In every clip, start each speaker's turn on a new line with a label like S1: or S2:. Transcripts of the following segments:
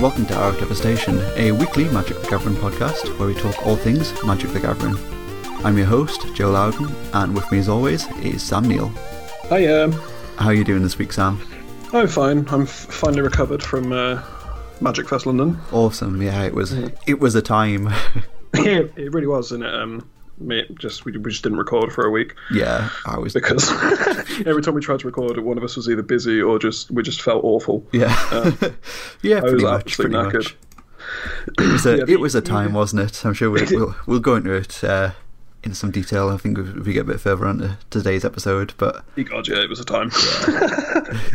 S1: Welcome to Our Devastation, a weekly Magic the Gathering podcast where we talk all things Magic the Gathering. I'm your host, Joe Loudon, and with me as always is Sam Neal.
S2: Hi, um,
S1: How are you doing this week, Sam?
S2: I'm fine. I'm f- finally recovered from uh, Magic Fest London.
S1: Awesome, yeah, it was it was a time.
S2: it it really was, and it, um, mate, just we, we just didn't record for a week
S1: yeah, I was
S2: because every time we tried to record, one of us was either busy or just we just felt awful.
S1: Yeah. yeah,
S2: uh, I was
S1: pretty much, pretty
S2: absolutely knackered.
S1: much. It was a,
S2: Yeah,
S1: it was a time, wasn't it? I'm sure we'll, we'll, we'll go into it uh, in some detail, I think, if we get a bit further on to today's episode. But
S2: God, yeah, it was a time.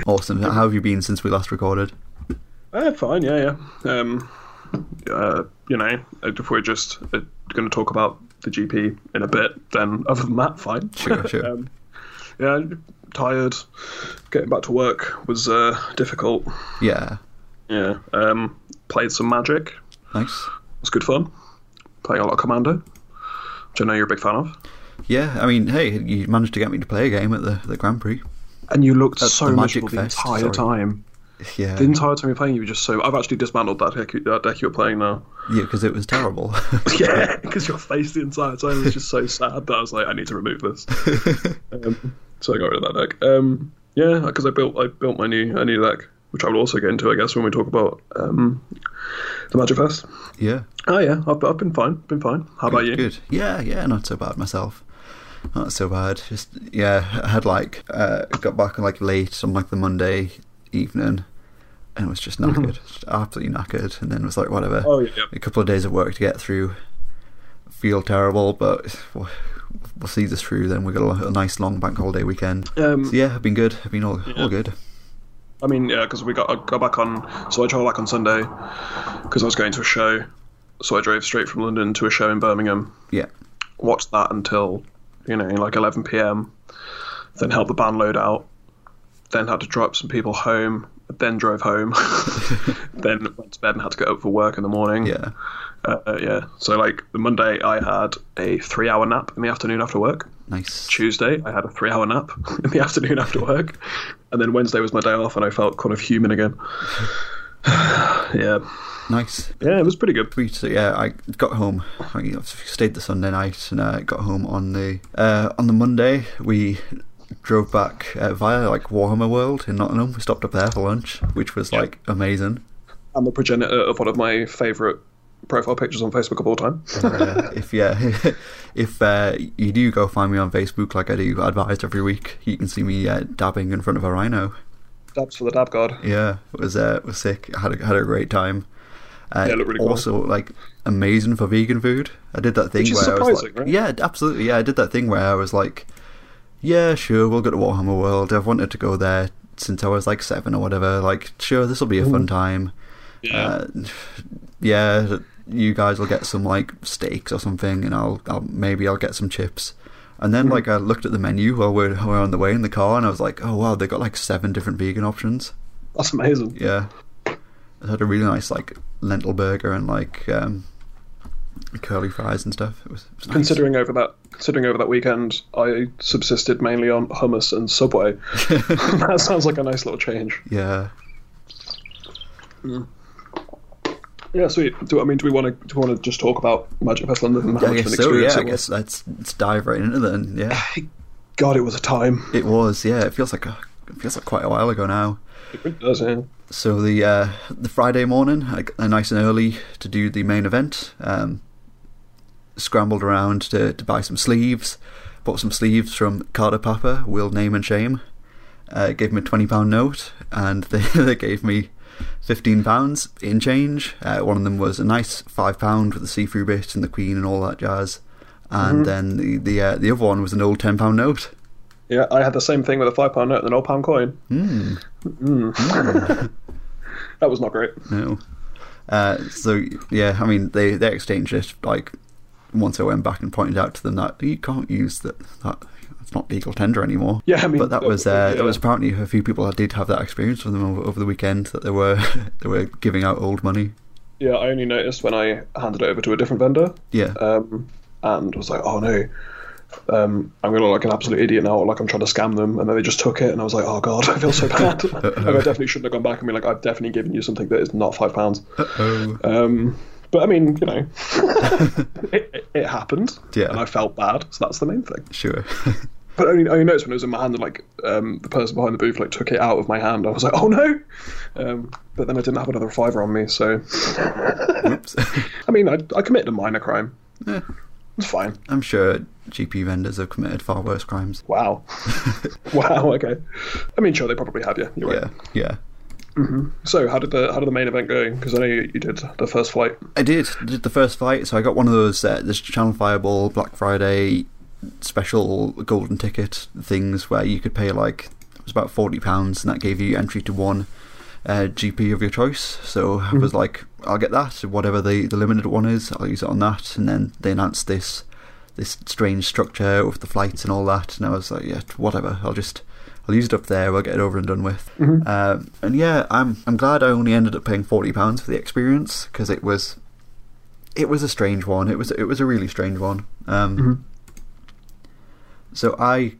S1: awesome. How have you been since we last recorded?
S2: Uh, fine, yeah, yeah. Um, uh, you know, if we're just uh, going to talk about the GP in a bit, then other than that, fine.
S1: Sure, sure.
S2: um, yeah, tired. Getting back to work was uh, difficult.
S1: Yeah.
S2: Yeah. Um, played some Magic. It
S1: Nice.
S2: was good fun. Playing a lot of Commando, which I know you're a big fan of.
S1: Yeah, I mean, hey, you managed to get me to play a game at the, the Grand Prix.
S2: And you looked
S1: That's
S2: so
S1: the Magic
S2: miserable
S1: Fest,
S2: the entire
S1: sorry.
S2: time.
S1: Yeah,
S2: The entire time you're playing, you were just so. I've actually dismantled that deck, that deck you were playing now.
S1: yeah, because it was terrible.
S2: Yeah, because your face the entire time was just so sad that I was like, I need to remove this. um, so I got rid of that deck. Um, yeah, because I built I built my new a new deck, which I will also get into, I guess, when we talk about um, the Magic Fest.
S1: yeah,
S2: Oh yeah, I've, I've been fine, been fine. How about you?
S1: good. Yeah, yeah, not so bad myself. Not so bad. Just yeah, I had like uh, got back like late on like the Monday evening, and was just knackered, just absolutely knackered, and then was like whatever.
S2: Mm-hmm. Oh yeah, yeah.
S1: A couple of days of work to get through. Feel terrible, but we'll we'll see this through. Then we got a, a nice long bank holiday weekend.
S2: Um,
S1: So yeah, I've been good. I've been all all good.
S2: I mean, yeah, because we got I got back on. So I drove back on Sunday because I was going to a show. So I drove straight from London to a show in Birmingham.
S1: Yeah.
S2: Watched that until you know like 11 p.m. Then helped the band load out. Then had to drop some people home. Then drove home. then went to bed and had to get up for work in the morning.
S1: Yeah.
S2: Uh, yeah. So like the Monday, I had a three-hour nap in the afternoon after work.
S1: Nice.
S2: Tuesday, I had a three hour nap in the afternoon after work. And then Wednesday was my day off, and I felt kind of human again. yeah.
S1: Nice.
S2: Yeah, it was pretty good.
S1: Sweet. So yeah, I got home. I stayed the Sunday night, and I got home on the uh, on the Monday. We drove back uh, via like Warhammer World in Nottingham. We stopped up there for lunch, which was like amazing.
S2: I'm the progenitor of one of my favourite profile pictures on Facebook of all time.
S1: Uh, if yeah, if uh, you do go find me on Facebook, like I do advised every week, you can see me uh, dabbing in front of a rhino.
S2: Dabs for the dab god.
S1: Yeah, it was uh, it was sick. I had a, had a great time. Uh,
S2: Yeah, it looked really cool.
S1: also, like amazing for vegan food. I did that thing
S2: Which is
S1: where I was
S2: surprising,
S1: like,
S2: right?
S1: yeah, absolutely. Yeah, I did that thing where I was like, yeah, sure, we'll go to Warhammer World. I've wanted to go there since I was like seven or whatever. Like, sure, this will be a fun time.
S2: Yeah.
S1: Uh, yeah, you guys will get some like steaks or something, and I'll, I'll maybe I'll get some chips. And then like I looked at the menu while we're, while we're on the way in the car, and I was like, oh wow, they've got like seven different vegan options.
S2: That's amazing.
S1: Yeah. I had a really nice like lentil burger and like um, curly fries and stuff. It was, it was nice.
S2: Considering over that considering over that weekend I subsisted mainly on hummus and subway. that sounds like a nice little change.
S1: yeah.
S2: Yeah, sweet. Do I mean do we wanna do we wanna just talk about Magic Fest London and how
S1: I
S2: much of an
S1: guess so.
S2: experience
S1: Yeah, I
S2: it was?
S1: guess let's, let's dive right into that. and, Yeah,
S2: God it was a time.
S1: it was. Yeah, it feels like a, it feels like quite a while ago now.
S2: It really does, yeah.
S1: So the uh, the Friday morning, I got there nice and early to do the main event. Um, scrambled around to, to buy some sleeves. Bought some sleeves from Carter Papa, Will Name and Shame. Uh, gave him a twenty pound note, and they, they gave me fifteen pounds in change. Uh, one of them was a nice five pound with the see through bit and the Queen and all that jazz. And then the the uh, the other one was an old ten pound note.
S2: Yeah, I had the same thing with a five pound note and an old pound coin.
S1: Hmm.
S2: That was not great.
S1: No. Uh, so yeah, I mean they they exchanged it like once I went back and pointed out to them that you can't use that that it's not legal tender anymore.
S2: Yeah, I mean,
S1: but that
S2: that-
S1: was uh,
S2: yeah.
S1: that was apparently a few people that did have that experience with them over, over the weekend that they were they were giving out old money.
S2: Yeah, I Uh, only noticed when I handed it over to a different vendor
S1: Yeah,
S2: um, and was like, oh no, um, I'm gonna look like an absolute idiot now, or like I'm trying to scam them, and then they just took it, and I was like, oh god, I feel so bad. like, I definitely shouldn't have gone back and been like, I've definitely given you something that is not five pounds.
S1: Oh,
S2: Um, but I mean, you know, it, it, it happened,
S1: Yeah.
S2: and I felt bad, so that's the main thing.
S1: sure.
S2: But I only, I only noticed when it was in my hand, and like um, the person behind the booth like took it out of my hand. I was like, oh no! Um, but then I didn't have another fiver on me, so
S1: Oops.
S2: I mean, I, I committed a minor crime.
S1: Yeah.
S2: It's fine.
S1: I'm sure GP vendors have committed far worse crimes.
S2: Wow. wow. Okay. I mean, sure, they probably have. Yeah, you're right.
S1: Yeah, yeah.
S2: So, how did the how did the main event go? Because I know you, you did the first flight.
S1: I did. I did the first fight, so I got one of those uh, this Channel Fireball Black Friday special golden ticket things where you could pay like it was about forty pounds, and that gave you entry to one uh, GP of your choice. So I was like, I'll get that, whatever the the limited one is, I'll use it on that. And then they announced this this strange structure with the flights and all that, and I was like, yeah, whatever, I'll just. I'll use it up there. We'll get it over and done with. Um, and yeah, I'm I'm glad I only ended up paying forty pounds for the experience because it was it was a strange one. It was it was a really strange one. Um,
S2: Mm-hmm.
S1: So I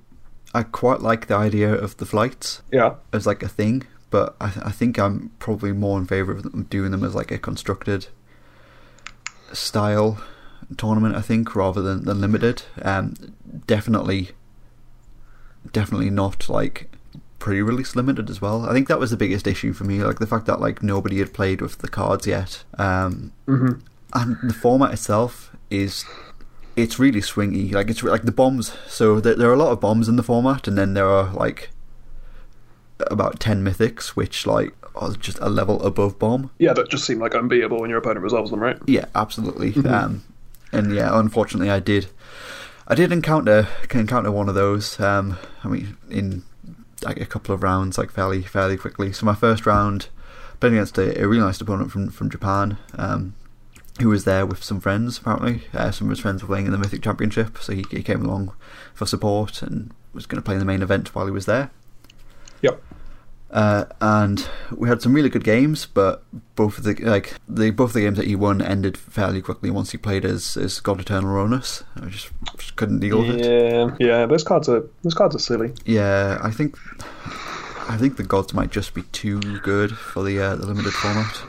S1: I quite like the idea of the flights
S2: Yeah.
S1: as like a thing, but I, I think I'm probably more in favour of them doing them as like a constructed style tournament. I think rather than, than limited. Um, definitely, definitely not like pre-release limited as well. I think that was the biggest issue for me, like the fact that like nobody had played with the cards yet. Um,
S2: Mm-hmm.
S1: and the format itself is it's really swingy like it's re- like the bombs so there, there are a lot of bombs in the format and then there are like about 10 mythics which like are just a level above bomb
S2: Yeah, that just seemed like unbeatable when your opponent resolves them, right?
S1: yeah absolutely um and yeah unfortunately i did i did encounter encounter one of those um i mean in like a couple of rounds like fairly fairly quickly so my first round playing against a, a really nice opponent from from japan um who was there with some friends apparently uh, some of his friends were playing in the mythic championship so he, he came along for support and was going to play in the main event while he was there
S2: Yep.
S1: uh, and we had some really good games, but both of the like the both of the games that he won ended fairly quickly once he played as as God Eternal Ronus. I just, just couldn't deal with it.
S2: Yeah. Yeah. Those cards are those cards are silly.
S1: Yeah, I think I think the gods might just be too good for the uh, the limited format.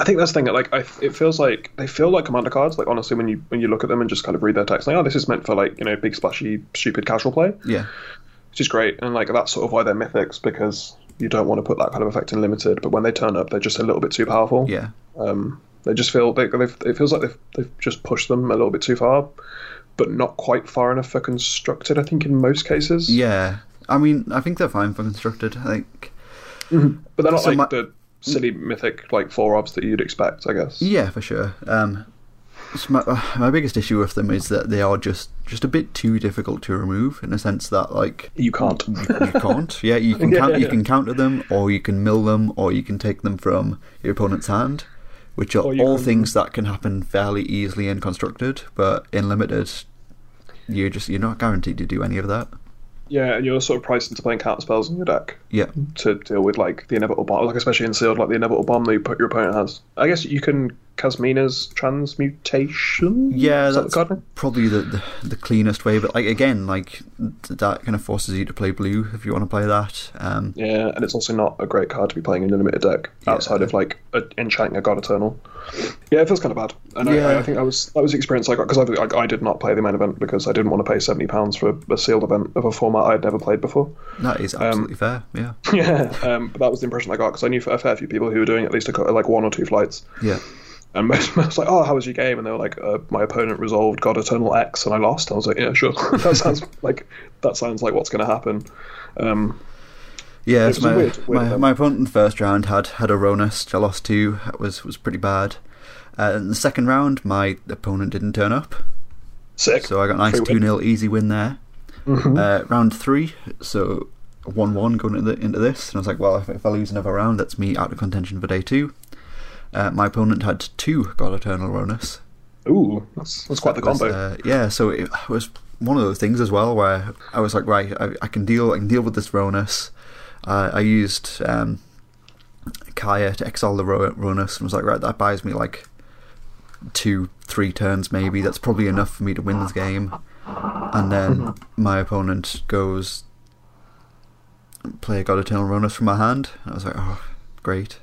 S2: I think that's the thing. Like, I, it feels like they feel like commander cards. Like, honestly, when you when you look at them and just kind of read their text, like, oh, this is meant for like you know big splashy stupid casual play,
S1: Yeah,
S2: which is great. And like that's sort of why they're mythics because you don't want to put that kind of effect in limited. But when they turn up, they're just a little bit too powerful.
S1: yeah,
S2: Um, they just feel they, they've, it feels like they've, they've just pushed them a little bit too far, but not quite far enough for constructed. I think in most cases.
S1: yeah. I mean, I think they're fine for constructed. I think
S2: But they're not
S1: So
S2: like
S1: my-
S2: the silly mythic like four ofs that you'd expect. I guess.
S1: Yeah, for sure. Um, so my, uh, my biggest issue with them is that they are just just a bit too difficult to remove in a sense that like
S2: You can't.
S1: you can't. Yeah, you can
S2: Yeah,
S1: count,
S2: yeah,
S1: you
S2: yeah.
S1: can counter them, or you can mill them, or you can take them from your opponent's hand, which are
S2: Or you
S1: all
S2: can-
S1: things that can happen fairly easily in constructed, but in limited, you're just you're not guaranteed to do any of that.
S2: Yeah, and you're sort of priced into playing counter spells in your deck
S1: Yeah,
S2: to deal with like the inevitable bomb, like especially in sealed, like the inevitable bomb that you put your opponent has. I guess you can Casmina's transmutation.
S1: yeah,
S2: Is that the
S1: that's
S2: card name?
S1: probably the, the the cleanest way. But like again, like th- that kind of forces you to play blue if you want to play that. Um,
S2: Yeah, and it's also not a great card to be playing in a limited deck outside of like a, enchanting a god eternal. Yeah, it feels kind of bad, and I- I,
S1: Yeah.
S2: I think I was that was the experience I got because I, I, I did not play the main event because I didn't want to pay seventy pounds for a sealed event of a format I had never played before.
S1: that
S2: Um,
S1: is absolutely fair. Yeah,
S2: yeah, um, but that was the impression I got because I knew a fair few people who were doing at least a, cou- like one or two flights,
S1: yeah.
S2: and most I was like, "Oh, how was your game?" And they were like, uh, "My opponent resolved God Eternal X, and I lost." I was like, "Yeah, sure. that sounds like that sounds like what's going to happen." Um,
S1: Yeah,
S2: It
S1: so
S2: was a
S1: my,
S2: weird- weird
S1: my,
S2: event.
S1: my opponent in the first round had had a Ronus, which I lost to. That was was pretty bad. Uh, in the second round, my opponent didn't turn up,
S2: sick.
S1: so I got a nice
S2: Free
S1: two
S2: win.
S1: 0 easy win there.
S2: Mm-hmm.
S1: Uh, round three, so one one going into, into this, and I was like, well, if, if I lose another round, that's me out of contention for day two. Uh, my opponent had two God Eternal Ronus,
S2: Ooh, that's, that's quite the
S1: that was,
S2: combo.
S1: uh, yeah, so it was one of those things as well where I was like, right, I, I can deal, I can deal with this Ronus. Uh, I used um, Kaya to exile the Ro- Ronus and was like, right, that buys me like two, three turns maybe. That's probably enough for me to win this game. and then my opponent goes, "Player got Eternal Runners from my hand." And I was like, "Oh, great,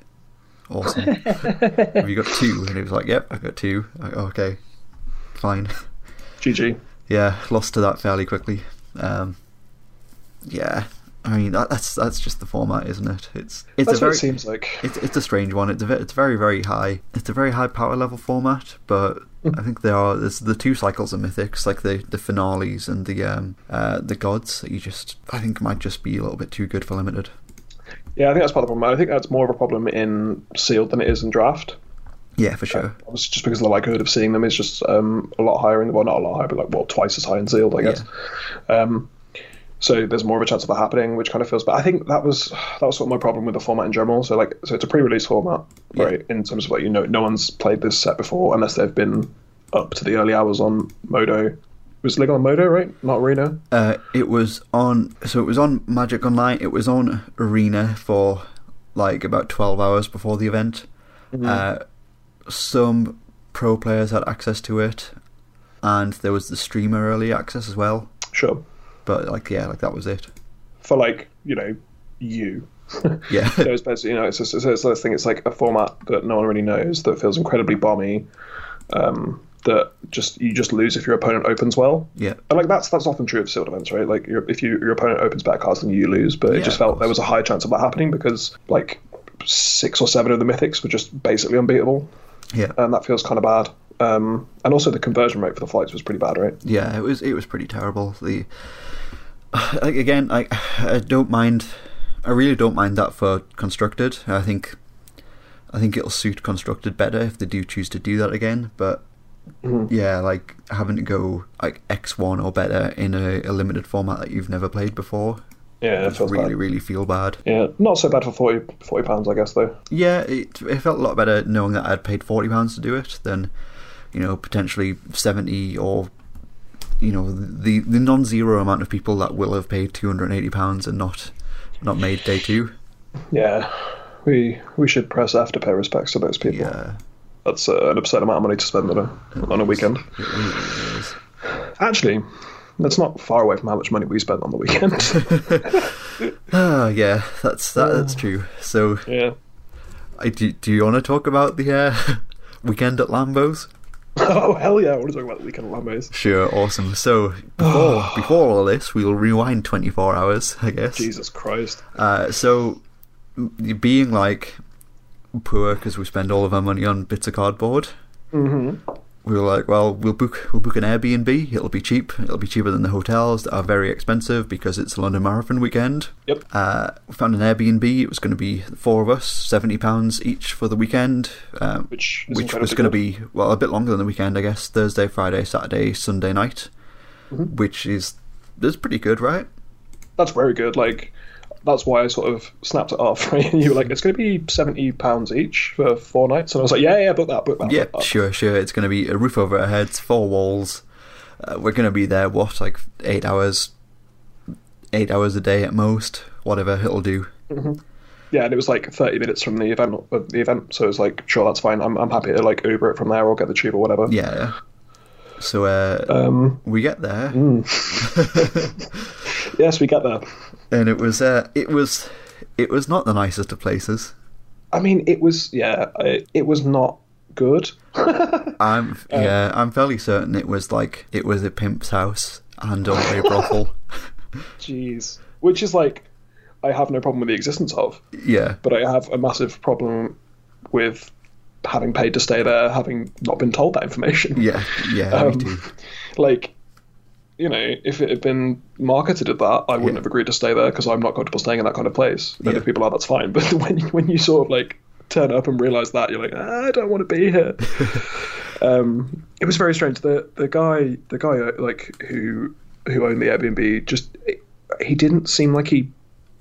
S1: awesome." Have you got two? And he was like, "Yep, I got two. Like, oh, okay, fine.
S2: GG.
S1: yeah, lost to that fairly quickly. Um, yeah, I mean that, that's that's just the format, isn't it? It's it's
S2: That's
S1: a
S2: what
S1: very
S2: it seems like.
S1: it's, it's a strange one. It's a, ve- it's very very high. It's a very high power level format, but
S2: Hmm.
S1: I think there are there's the two cycles of mythics, like the, the finales and the um uh, the gods that you just I think might just be a little bit too good for limited.
S2: Yeah, I think that's part of the problem. I think that's more of a problem in sealed than it is in draft.
S1: Yeah, for sure.
S2: Obviously, just because the likelihood of seeing them is just um, a lot higher in well, not a lot higher, but like well, twice as high in sealed, I guess. Um, so there's more of a chance of that happening, which kind of feels. But I think that was that was sort of my problem with the format in general. So like, so it's a pre-release format,
S1: Yeah.
S2: right? In terms of like you know, no one's played this set before unless they've been up to the early hours on Modo. Was Lig on Modo, right? Not Arena.
S1: Uh, it was on so it was on Magic Online. It was on Arena for like about twelve hours before the event. Uh, some pro players had access to it, and there was the streamer early access as well.
S2: Sure.
S1: But like yeah, like that was it.
S2: For like you know, you.
S1: Yeah,
S2: So it's basically, you know, it's, it's, it's this thing. It's like a format that no one really knows that feels incredibly bomby. Um, that just you just lose if your opponent opens well.
S1: yeah,
S2: And like that's that's often true of sealed events, right? Like your, if you, your opponent opens better cards than you, you lose. But
S1: Yeah,
S2: it just
S1: of
S2: felt there
S1: course.
S2: was a high chance of that happening because like six or seven of the mythics were just basically unbeatable,
S1: yeah,
S2: and that feels kind of bad. Um, and also the conversion rate for the flights was pretty bad, right?
S1: yeah. It was it was pretty terrible. The like again, I I don't mind. I really don't mind that for constructed. I think I think it'll suit constructed better if they do choose to do that again. But
S2: Mm-hmm.
S1: yeah, like having to go like X one or better in a, a limited format that you've never played before.
S2: Yeah, it feels
S1: really,
S2: bad.
S1: really feel bad.
S2: Yeah, not so bad for 40 40 pounds, I guess though.
S1: Yeah, it, it felt a lot better knowing that I'd paid forty pounds to do it than, you know, potentially seventy or, you know, the the non-zero amount of people that will have paid two hundred and eighty pounds and not, not made day two.
S2: Yeah, we we should press after pay respects to those people.
S1: Yeah,
S2: That's uh, an absurd amount of money to spend on a on a weekend.
S1: it really is.
S2: Actually, that's not far away from how much money we spent on the weekend.
S1: Ah, yeah, that's that, that's true. So,
S2: yeah.
S1: I, do do you want to talk about the uh, weekend at Lambo's?
S2: Oh hell yeah! I want to talk about the weekend Lambos.
S1: Sure, awesome. So before before all this, we'll rewind twenty four hours, I guess.
S2: Jesus Christ!
S1: Uh, so m- being like poor because we spend all of our money on bits of cardboard,
S2: hmm
S1: we were like, well, we'll book we'll book an Airbnb. It'll be cheap. It'll be cheaper than the hotels that are very expensive because it's London Marathon weekend.
S2: Yep.
S1: Uh, we found an Airbnb. It was going to be the four of us, seventy pounds each for the weekend, um,
S2: Which is
S1: which
S2: incredibly
S1: was going to
S2: good.
S1: be well a bit longer than the weekend, I guess. Thursday, Friday, Saturday, Sunday night,
S2: Mm-hmm.
S1: which is that's pretty good, right?
S2: that's very good. Like that's why I sort of snapped it off. Right? And you were like, it's going to be seventy pounds each for four nights, and I was like, yeah, yeah, book that, book that.
S1: Yeah,
S2: book that.
S1: sure, sure. It's going to be a roof over our heads, four walls. Uh, we're going to be there, what, like eight hours? Eight hours a day at most. Whatever, it'll do.
S2: Yeah, and it was like thirty minutes from the event of the event, so it was like, sure, that's fine. I'm, I'm happy to like Uber it from there or get the tube or whatever.
S1: Yeah. So uh,
S2: Um, hmm.
S1: we get there,
S2: yes, we get there.
S1: and it was uh, it was it was not the nicest of places.
S2: I mean, it was yeah, it, it was not good.
S1: I'm yeah, I'm fairly certain it was like it was a pimp's house and or a brothel.
S2: Jeez, which is like, I have no problem with the existence of,
S1: Yeah,
S2: but I have a massive problem with having paid to stay there, having not been told that information.
S1: yeah, yeah.
S2: Um,
S1: me too.
S2: Like, you know, if it had been marketed at that, I wouldn't
S1: Yeah.
S2: have agreed to stay there because I'm not comfortable staying in that kind of place. And
S1: Yeah.
S2: if people are, that's fine. But when you- when you sort of like turn up and realize that, you're like, "Ah, I don't want to be here. um, it was very strange. The the guy the guy uh, like who who owned the Airbnb just he didn't seem like he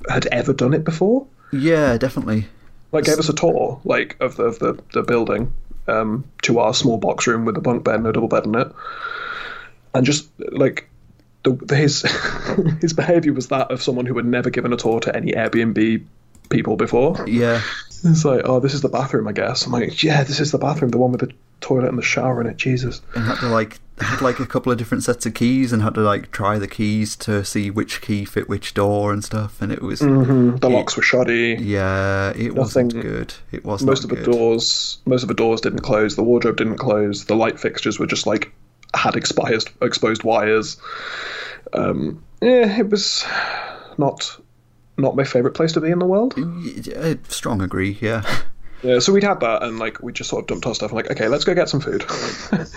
S2: had ever done it before
S1: Yeah, definitely.
S2: like gave us a tour like of the of the, the building um, to our small box room with a bunk bed and a double bed in it and just like the, the, his his behavior was that of someone who had never given a tour to any airbnb people before
S1: Yeah,
S2: it's like oh this is the bathroom i guess i'm like yeah this is the bathroom the one with the toilet and the shower in it. Jesus.
S1: and had to like had like a couple of different sets of keys and had to like try the keys to see which key fit which door and stuff. And it was
S2: hmm The locks were shoddy.
S1: yeah, it wasn't
S2: Nothing-
S1: good. It was
S2: most of
S1: not
S2: the
S1: good.
S2: doors most of the doors didn't close the wardrobe didn't close the light fixtures were just like had exposed exposed wires um yeah it was not not my favorite place to be in the world
S1: Yeah, strong agree. Yeah,
S2: yeah so we'd had that and like we just sort of dumped our stuff and like okay let's go get some food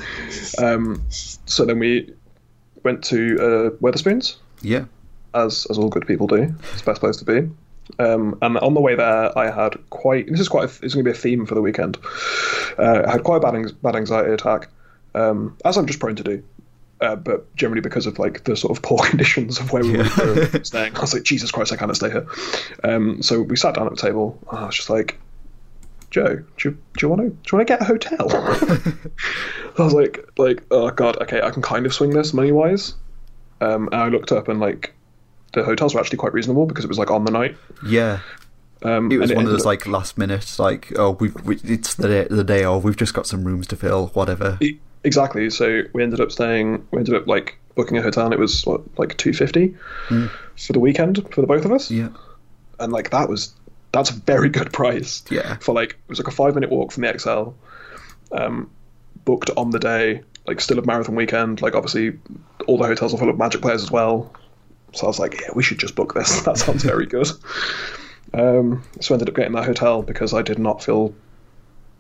S2: um so then we went to uh weatherspoons
S1: yeah.
S2: as as all good people do. It's the best place to be. Um, and on the way there, I had quite. This is quite. A, this is going to be a theme for the weekend. Uh, I had quite a bad, anx- bad anxiety attack, um, as I'm just prone to do. Uh, but generally because of like the sort of poor conditions of where we were staying, I was like, Jesus Christ, I can't stay here. Um, so we sat down at the table. And I was just like, Joe, do you, do you want to do you want to get a hotel? I was like, like, oh god, okay, I can kind of swing this money wise. Um, and I looked up and like the hotels were actually quite reasonable because it was like on the night.
S1: Yeah,
S2: Um,
S1: it was
S2: and
S1: one of
S2: ended
S1: those
S2: up-
S1: like last minute, like oh, we've we, it's the day, the day of, we've just got some rooms to fill, whatever.
S2: e- exactly. So we ended up staying. We ended up like booking a hotel, and it was what, like two fifty
S1: Hmm.
S2: for the weekend for the both of us.
S1: Yeah,
S2: And like that was that's a very good price.
S1: Yeah.
S2: For like it was like a five minute walk from the XL, um, booked on the day. Like still a marathon weekend. Like obviously all the hotels are full of Magic players as well. So I was like, yeah, we should just book this. That sounds very good. Um, so I ended up getting that hotel because I did not feel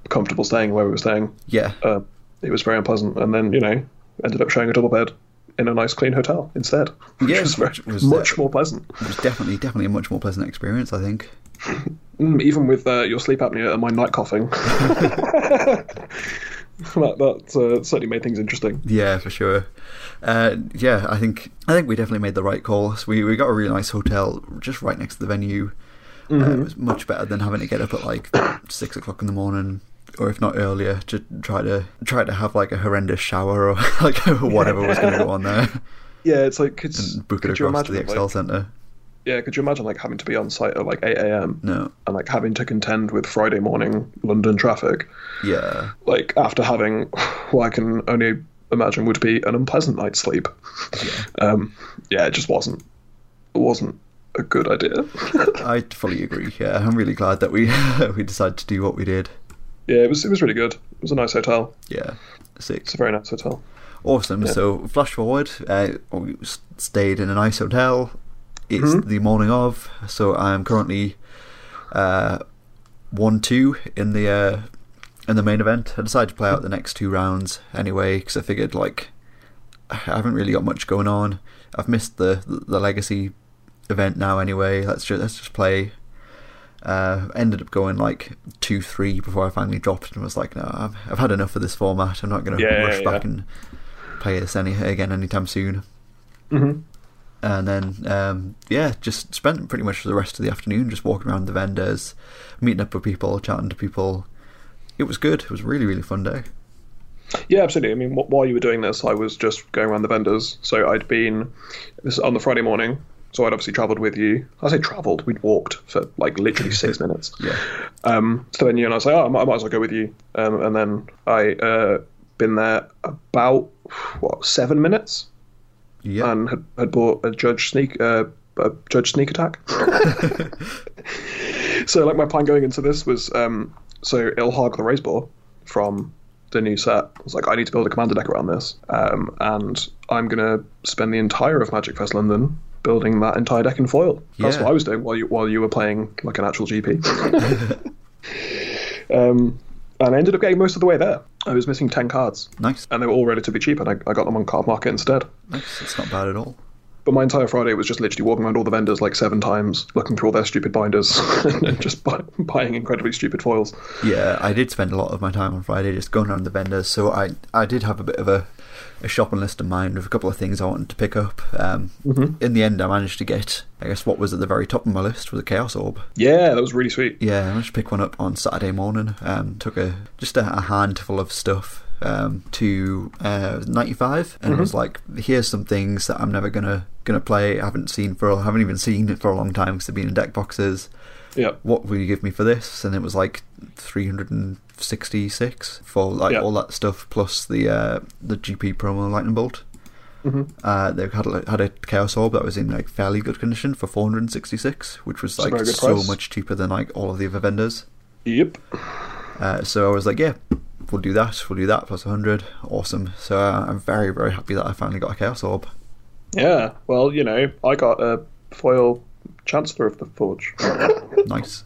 S2: comfortable staying where we were staying.
S1: yeah.
S2: Uh, it was very unpleasant, and then you know ended up sharing a double bed in a nice clean hotel instead, which
S1: Yeah,
S2: was, very,
S1: which was,
S2: much
S1: uh,
S2: more pleasant.
S1: It was definitely definitely a much more pleasant experience. I think.
S2: Mm, even with uh, your sleep apnea and my night coughing, that that uh, certainly made things interesting.
S1: Yeah, for sure. Uh, yeah, I think I think we definitely made the right call. So we we got a really nice hotel just right next to the venue. Uh,
S2: Mm-hmm.
S1: it was much better than having to get up at like six o'clock in the morning, or if not earlier, to try to try to have like a horrendous shower or like whatever was going to go on there.
S2: Yeah, it's like could,
S1: Book it
S2: could you
S1: across to
S2: imagine
S1: the
S2: like,
S1: Excel Center.
S2: yeah, could you imagine like having to be on site at like eight a.m.
S1: No,
S2: and like having to contend with Friday morning London traffic,
S1: yeah,
S2: like after having what I can only imagine would be an unpleasant night's sleep. um, yeah, it just wasn't it wasn't a good idea.
S1: I fully agree. Yeah, I'm really glad that we we decided to do what we did.
S2: yeah, it was it was really good. It was a nice hotel.
S1: Yeah, sick.
S2: It's a very nice hotel.
S1: Awesome. So, flash forward, uh, we s- stayed in a nice hotel. It's
S2: Hmm?
S1: the morning of, so I'm currently uh, one two in the uh, in the main event. I decided to play out the next two rounds anyway because I figured like I haven't really got much going on. I've missed the the legacy event now anyway. Let's just let's just play. Uh, ended up going like two three before I finally dropped and was like, no, I've, I've had enough of this format. I'm not going to
S2: Yeah,
S1: rush
S2: yeah,
S1: back
S2: yeah.
S1: and play this any again anytime soon.
S2: Mhm.
S1: And then um, yeah, just spent pretty much the rest of the afternoon just walking around the vendors, meeting up with people, chatting to people. It was good. It was a really really fun day.
S2: Yeah, absolutely. I mean, wh- while you were doing this, I was just going around the vendors. So I'd been this is on the Friday morning. So I'd obviously travelled with you. I say travelled. We'd walked for like literally six minutes.
S1: Yeah,
S2: Um, so then you and I say, oh, I might, I might as well go with you. Um, and then I uh, been there about what seven minutes
S1: yeah.
S2: and had, had bought a judge sneak uh, a judge sneak attack. so like my plan going into this was um, so Ilhag the Raise Boar from the new set I was like I need to build a commander deck around this, um, and I'm gonna spend the entire of Magic Fest London building that entire deck in foil. That's
S1: Yeah.
S2: what I was doing while you while you were playing like an actual GP. um, and I ended up getting most of the way there. I was missing ten cards,
S1: nice.
S2: and they were all relatively cheap, and I, I got them on card market instead.
S1: Nice. It's not bad at all.
S2: But my entire Friday was just literally walking around all the vendors like seven times, looking through all their stupid binders and just buy, buying incredibly stupid foils.
S1: Yeah, I did spend a lot of my time on Friday just going around the vendors, so I I did have a bit of a, a shopping list in mind with a couple of things I wanted to pick up. Um,
S2: Mm-hmm.
S1: In the end, I managed to get, I guess, what was at the very top of my list was a Chaos Orb.
S2: Yeah, that was really sweet.
S1: Yeah, I managed to pick one up on Saturday morning. Um, took a just a, a handful of stuff um, to uh, 95, and it
S2: Mm-hmm.
S1: was like, here's some things that I'm never gonna gonna play. I haven't seen for haven't even seen it for a long time because they've been in deck boxes
S2: Yeah.
S1: what will you give me for this? And it was like 300 and sixty six for like
S2: Yeah.
S1: all that stuff plus the uh, the GP promo lightning bolt.
S2: Mhm.
S1: Uh, they had like, had a chaos orb that was in like fairly good condition for four hundred and sixty six, which was
S2: a
S1: like
S2: very good
S1: so
S2: price.
S1: much cheaper than like all of the other vendors.
S2: Yep.
S1: Uh, so I was like, yeah, we'll do that. We'll do that plus hundred. Awesome. So uh, I'm very very happy that I finally got a chaos orb.
S2: Yeah. Well, you know, I got a foil Chancellor of the Forge.
S1: Nice.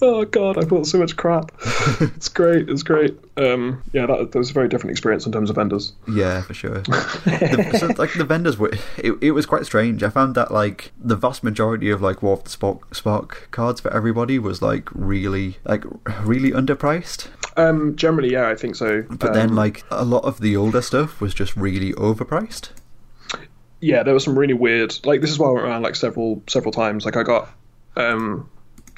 S2: oh god, I bought so much crap. it's great. It's great. Um, yeah, that, that was a very different experience in terms of vendors.
S1: Yeah, for sure. the, so, like the vendors were, it, it was quite strange. I found that like the vast majority of like War of the Spark, Spark cards for everybody was like really like really underpriced.
S2: Um, generally, yeah, I think so.
S1: But then like a lot of the older stuff was just really overpriced.
S2: yeah, there was some really weird. Like this is why I went around like several several times. Like I got, um,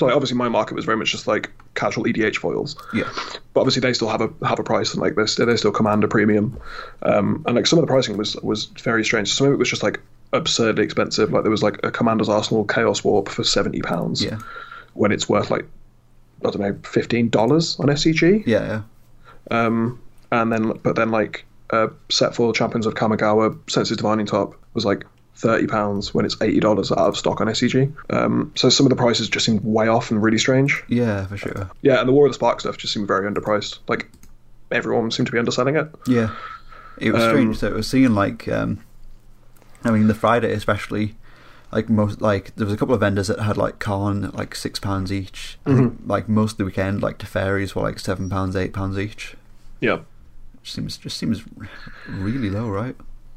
S2: so like, obviously my market was very much just like casual EDH foils,
S1: Yeah,
S2: but obviously they still have a have a price and like this they still command a premium, um, and like some of the pricing was was very strange. Some of it was just like absurdly expensive. Like there was like a Commander's Arsenal Chaos Warp for seventy pounds
S1: yeah,
S2: when it's worth like I don't know fifteen dollars on E SCG.
S1: yeah, yeah.
S2: Um, and then, but then, like, uh, set foil champions of Kamigawa, Senses Divining Top was like thirty pounds when it's eighty dollars out of stock on SCG. Um, so some of the prices just seemed way off and really strange.
S1: Yeah, for sure.
S2: Yeah, and the War of the Spark stuff just seemed very underpriced. Like everyone seemed to be underselling it.
S1: Yeah, it was strange. So it was seeing like, um, I mean, the Friday especially, like most like there was a couple of vendors that had like corn at, like six pounds each. I think, Like most of the weekend, like the fairies were like seven pounds, eight pounds each.
S2: Yeah,
S1: Which seems just seems really low, right?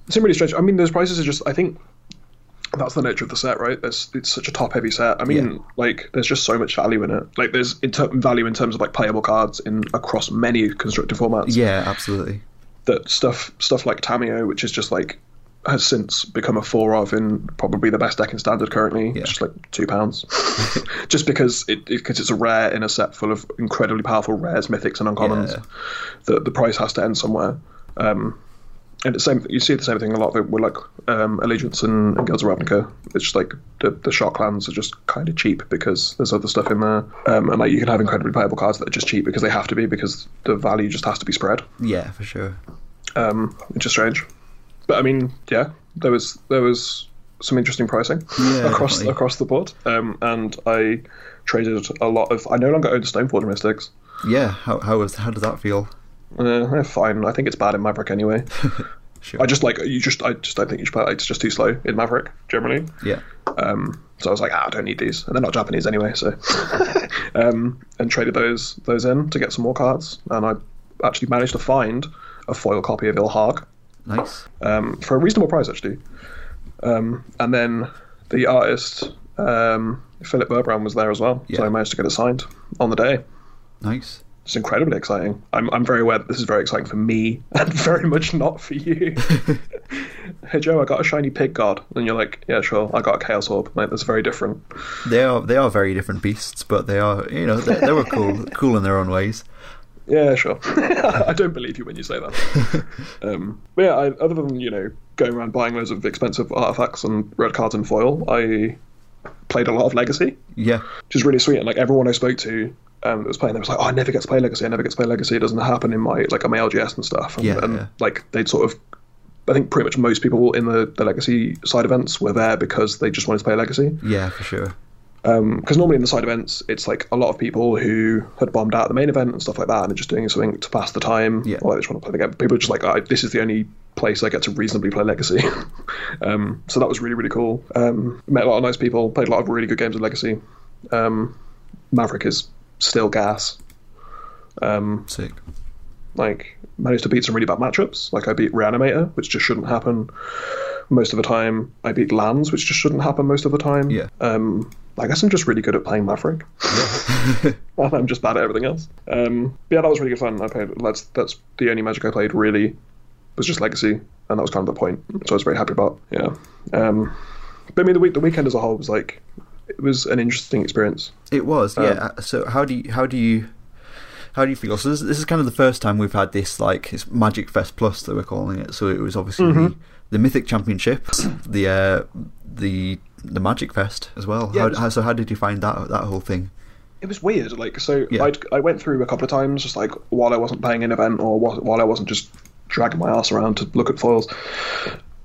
S2: it seemed really strange. I mean, those prices are just. I think that's the nature of the set, right? There's it's such a top heavy set. I mean,
S1: Yeah.
S2: like there's just so much value in it. Like there's in ter- value in terms of like playable cards in across many constructed formats.
S1: Yeah, absolutely.
S2: that stuff stuff like Tamio, which is just like has since become a four of in probably the best deck in standard currently,
S1: Yeah.
S2: just like two pounds, just because it because it's a rare in a set full of incredibly powerful rares, mythics, and uncommons.
S1: Yeah.
S2: The the price has to end somewhere. Um, and the same you see the same thing a lot of it with like um, Allegiance and, and Guilds of Ravnica. It's just like the the Shark Clans are just kind of cheap because there's other stuff in there, um, and like you can have incredibly playable cards that are just cheap because they have to be because the value just has to be spread
S1: Yeah, for sure.
S2: um, which is strange. But I mean, yeah, there was there was some interesting pricing
S1: Yeah,
S2: across
S1: definitely.
S2: across the board, um, and I traded a lot of. I no longer own Stoneforge Mystics.
S1: Yeah, how how was how does that feel?
S2: Uh, they're fine. I think it's bad in Maverick anyway.
S1: Sure.
S2: I just like you just I just don't think you should play. it. It's just too slow in Maverick generally.
S1: yeah,
S2: Um, so I was like, ah, I don't need these, and they're not Japanese anyway. So, um, and traded those those in to get some more cards, and I actually managed to find a foil copy of Ilharg.
S1: nice.
S2: um, for a reasonable price actually. Um, and then the artist um, Philip Berbrand was there as well,
S1: Yeah.
S2: so I managed to get it signed on the day.
S1: Nice.
S2: It's incredibly exciting. I'm, I'm very aware that this is very exciting for me and very much not for you. hey Joe, I got a shiny pig god, and you're like, yeah, sure, I got a chaos orb. Like that's very different.
S1: They are they are very different beasts, but they are you know they, they were cool cool in their own ways.
S2: Yeah, sure. I don't believe you when you say that. um, but yeah, I, other than you know going around buying loads of expensive artifacts and red cards and foil, I played a lot of Legacy.
S1: Yeah,
S2: which is really sweet. And like everyone I spoke to um, that was playing, they was like, "Oh, I never get to play Legacy. I never get to play Legacy. It doesn't happen in my like on my LGS and stuff." And,
S1: Yeah,
S2: and
S1: yeah.
S2: like they'd sort of, I think pretty much most people in the, the Legacy side events were there because they just wanted to play Legacy.
S1: yeah, for sure.
S2: Because normally in the side events, it's like a lot of people who had bombed out the main event and stuff like that, and are just doing something to pass the time.
S1: Yeah.
S2: Or they just want to play the game. People are just like, I, "This is the only." place I get to reasonably play Legacy, um, so that was really really cool. Um, met a lot of nice people, played a lot of really good games of Legacy, um, Maverick is still gas. Um,
S1: Sick.
S2: like managed to beat some really bad matchups. Like I beat Reanimator, which just shouldn't happen most of the time. I beat Lands, which just shouldn't happen most of the time.
S1: Yeah.
S2: Um, I guess I'm just really good at playing Maverick. And I'm just bad at everything else. Um, but yeah, that was really good fun. I played. That's that's the only Magic I played really was just Legacy, and that was kind of the point. So I was very happy about. Yeah. Um, but I mean, the week the weekend as a whole was like it was an interesting experience.
S1: It was, yeah. Uh, so how do you how do you how do you feel? So this, this is kind of the first time we've had this like it's Magic Fest Plus that we're calling it. So it was obviously the, the Mythic Championship, the uh, the the Magic Fest as well.
S2: Yeah,
S1: how,
S2: it was-
S1: how, so how did you find that that whole thing?
S2: it was weird. Like so,
S1: Yeah.
S2: I'd, I went through a couple of times, just like while I wasn't playing an event or wa- while I wasn't just dragging my ass around to look at foils.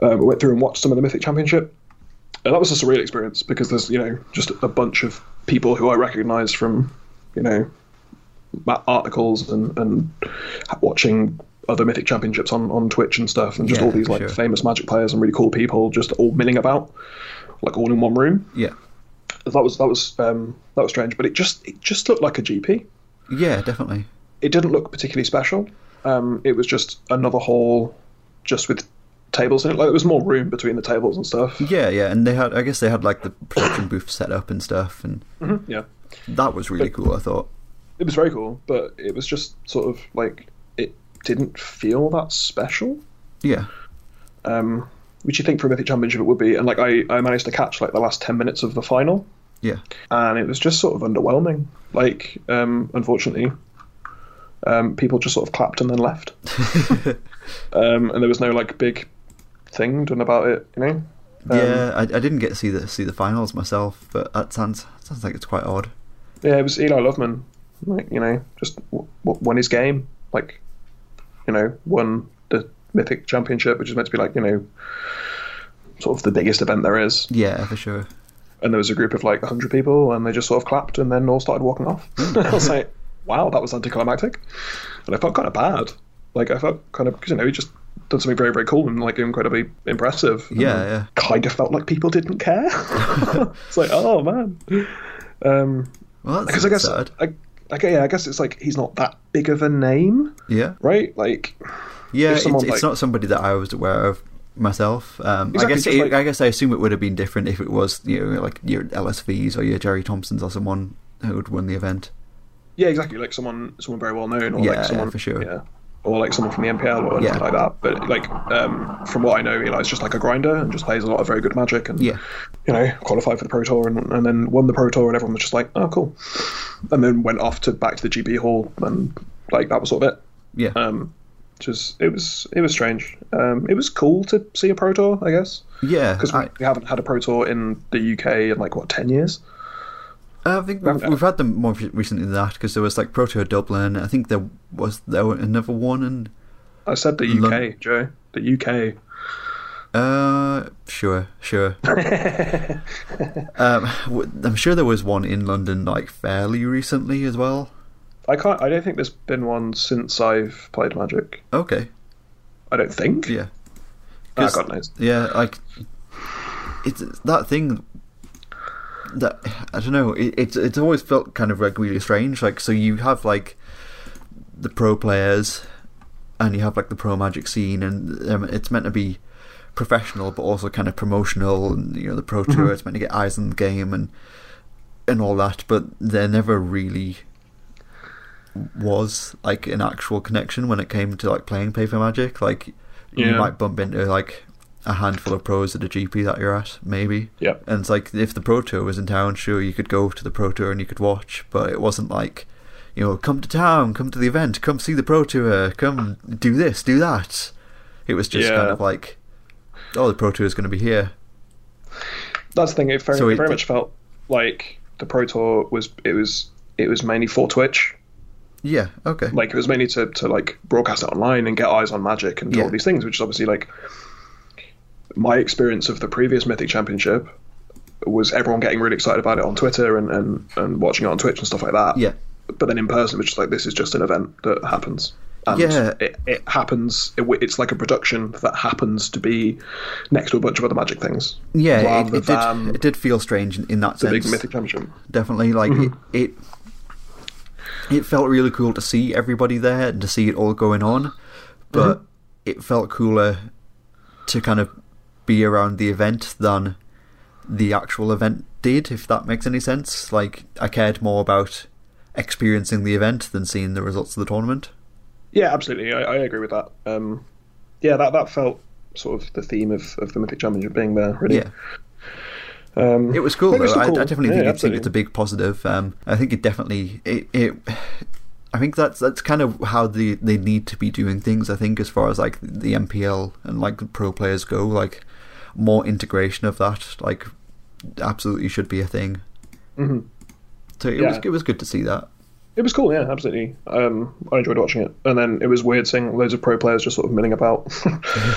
S2: Um, I went through and watched some of the Mythic Championship, and that was a surreal experience because there's you know just a bunch of people who I recognise from you know ma- articles and and watching other Mythic Championships on on Twitch and stuff, and just
S1: Yeah,
S2: all these like
S1: sure.
S2: famous Magic players and really cool people just all milling about, like all in one room
S1: Yeah.
S2: that was that was um, that was strange, but it just it just looked like a GP.
S1: Yeah, definitely.
S2: It didn't look particularly special. Um, it was just another hall, just with tables in it. Like there was more room between the tables and stuff.
S1: Yeah, yeah, and they had I guess they had like the production booth set up and stuff and
S2: Yeah,
S1: that was really cool, I thought.
S2: it was very cool, but it was just sort of like it didn't feel that special.
S1: Yeah.
S2: Um, which you think for a Mythic Championship it would be, and like I, I managed to catch like the last ten minutes of the final,
S1: Yeah.
S2: and it was just sort of underwhelming. Like, um, unfortunately, um, people just sort of clapped and then left, um, and there was no like big thing done about it. You know? Um,
S1: yeah, I, I didn't get to see the see the finals myself, but that sounds sounds like it's quite odd.
S2: Yeah, it was Eli Loveman. Like, you know, just w- w- won his game. Like, you know, won the Mythic Championship, which is meant to be like you know, sort of the biggest event there is.
S1: Yeah, for sure.
S2: and there was a group of like 100 people and they just sort of clapped and then all started walking off
S1: Hmm.
S2: i was like wow that was anticlimactic and i felt kind of bad like i felt kind of because you know he just did something very very cool and like incredibly impressive And
S1: Yeah, yeah.
S2: kind of felt like people didn't care it's like oh man um
S1: Well, that's
S2: because i guess
S1: sad.
S2: I, I, gu- yeah, I guess it's like he's not that big of a name
S1: Yeah,
S2: right like
S1: yeah. It's,
S2: someone,
S1: it's
S2: like-
S1: not somebody that I was aware of myself. Um, I
S2: Exactly,
S1: guess
S2: just
S1: it,
S2: like-
S1: I guess I assume it would have been different if it was you know like your LSVs or your Jerry Thompsons or someone who would won the event.
S2: yeah exactly like someone someone very well known or
S1: Yeah, yeah,
S2: like someone
S1: for sure.
S2: yeah or like someone from the NPL or
S1: Yeah.
S2: anything like that but like um, from what I know Eli's just like a grinder and just plays a lot of very good magic and
S1: Yeah,
S2: you know qualified for the Pro Tour and, and then won the Pro Tour and everyone was just like oh cool and then went off to back to the GB hall and like that was sort of it
S1: yeah,
S2: um, just it was it was strange um, it was cool to see a Pro Tour I guess
S1: yeah.
S2: because
S1: I,
S2: we haven't had a Pro Tour in the UK in like what 10 years
S1: I think we've, we've had them more recently than that because there was like Proto Dublin. I think there was there were another one and
S2: I said the UK
S1: Lon-
S2: Joe the UK
S1: uh, sure, sure. um, w- I'm sure there was one in London like fairly recently as well.
S2: I can't. I don't think there's been one since I've played Magic.
S1: Okay,
S2: I don't think.
S1: yeah.
S2: Ah,
S1: 'Cause-
S2: God knows.
S1: Yeah, like it's it's that thing that I don't know. It, it's it's always felt kind of like really strange. Like so, you have like the pro players, and you have like the pro magic scene, and um, it's meant to be professional, but also kind of promotional, and you know the pro tour. It's meant to get eyes on the game and and all that, but there never really was like an actual connection when it came to like playing paper magic. Like you
S2: Yeah.
S1: might bump into like a handful of pros at a GP that you're at, maybe.
S2: Yep.
S1: And it's like if the pro tour was in town, sure you could go to the pro tour and you could watch, but it wasn't like you know, come to town, come to the event, come see the pro tour, come do this, do that. It was just
S2: Yeah.
S1: kind of like, oh, the pro tour is going to be here.
S2: That's the thing. It very,
S1: So
S2: it
S1: it-
S2: very much felt like the Pro Tour was. It was. It was mainly for Twitch.
S1: Yeah. Okay.
S2: Like it was mainly to, to like broadcast it online and get eyes on Magic and do
S1: Yeah.
S2: all these things, which is obviously like my experience of the previous Mythic Championship was everyone getting really excited about it on Twitter and and, and watching it on Twitch and stuff like that.
S1: yeah.
S2: but then in person, it's just like this is just an event that happens. And
S1: Yeah.
S2: it, it happens. It, it's like a production that happens to be next to a bunch of other magic things.
S1: Yeah. It,
S2: rather
S1: it did.
S2: than
S1: It did feel strange in, in that
S2: the
S1: sense.
S2: big mythic championship.
S1: definitely like it, it it felt really cool to see everybody there and to see it all going on but it felt cooler to kind of be around the event than the actual event did if that makes any sense like i cared more about experiencing the event than seeing the results of the tournament
S2: Yeah, absolutely. I, I agree with that. Um, yeah, that that felt sort of the theme of, of the mythic championship being there. Really.
S1: yeah
S2: Um,
S1: It was cool
S2: It was
S1: though. I,
S2: cool.
S1: I definitely
S2: Yeah,
S1: think, it's, think
S2: absolutely.
S1: it's a big positive. Um, I think it definitely it, it. I think that's that's kind of how they they need to be doing things. I think as far as like the MPL and like the pro players go, like more integration of that like absolutely should be a thing.
S2: Mhm.
S1: So it was
S2: Yeah.
S1: it was good to see that.
S2: It was cool, yeah, absolutely. Um, I enjoyed watching it, and then it was weird seeing loads of pro players just sort of milling about,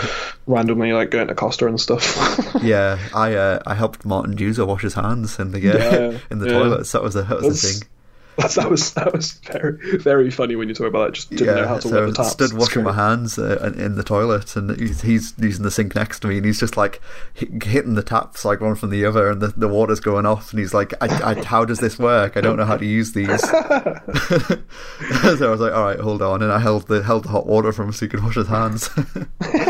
S2: randomly like going to Costa and stuff.
S1: Yeah, I uh, I helped Martin Juser wash his hands in the uh,
S2: Yeah,
S1: in the
S2: yeah.
S1: toilets. That was the that was
S2: That's-
S1: the thing.
S2: That's, that was that was very very funny when you talk about that. Just didn't know how
S1: Yeah,
S2: to
S1: so
S2: work the
S1: I
S2: taps.
S1: stood
S2: It's
S1: washing
S2: great.
S1: my hands uh, in- in the toilet, and he's, he's using the sink next to me, and he's just like hit- hitting the taps like one from the other, and the, the water's going off, and he's like, I, I, "How does this work? I don't know how to use these." so I was like, "All right, hold on," and I held the held the hot water from him so he could wash his hands.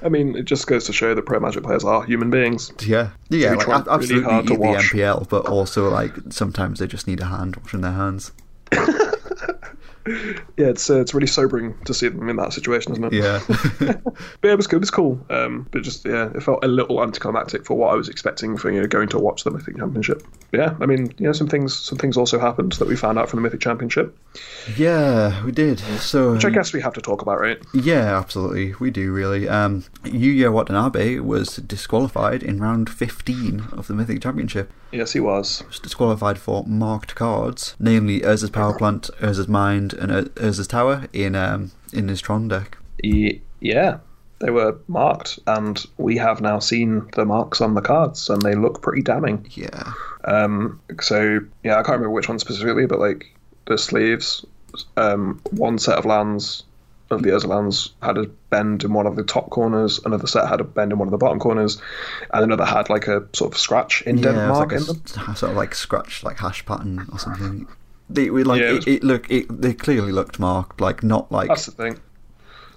S2: I mean, it just goes to show that pro magic players are human beings.
S1: yeah, yeah,
S2: We
S1: like,
S2: try
S1: ab-
S2: really
S1: absolutely
S2: hard to
S1: eat the
S2: wash.
S1: MPL, but also like sometimes they just need a hand washing their hands.
S2: Yeah, it's uh, it's really sobering to see them in that situation, isn't it?
S1: Yeah.
S2: But yeah, it was good. It was cool. Um, but just yeah, it felt a little anticlimactic for what I was expecting for you know going to watch the Mythic Championship. But yeah, I mean, you know, some things some things also happened that we found out from the Mythic Championship,
S1: Yeah, we did. So
S2: which I guess we have to talk about, right?
S1: yeah, absolutely, we do really. Um, Yuya Watanabe was disqualified in round fifteen of the Mythic Championship.
S2: Yes, he was.
S1: He was disqualified for marked cards, namely Urza's Power Plant, Urza's Mind, and Ur- Urza's Tower in um in his Tron deck.
S2: Ye- yeah, they were marked, and we have now seen the marks on the cards, and they look pretty damning.
S1: Yeah,
S2: Um, so yeah, I can't remember which one specifically, but like the sleeves, um, one set of lands of the other lands had a bend in one of the top corners, another set had a bend in one of the bottom corners, and another had like a sort of scratch indent
S1: yeah, it was
S2: mark
S1: like a
S2: in them.
S1: s- sort of like scratch, like hash pattern or something. They we like
S2: Yeah, it
S1: it,
S2: was-
S1: it look it, they clearly looked marked, like not like
S2: That's the thing.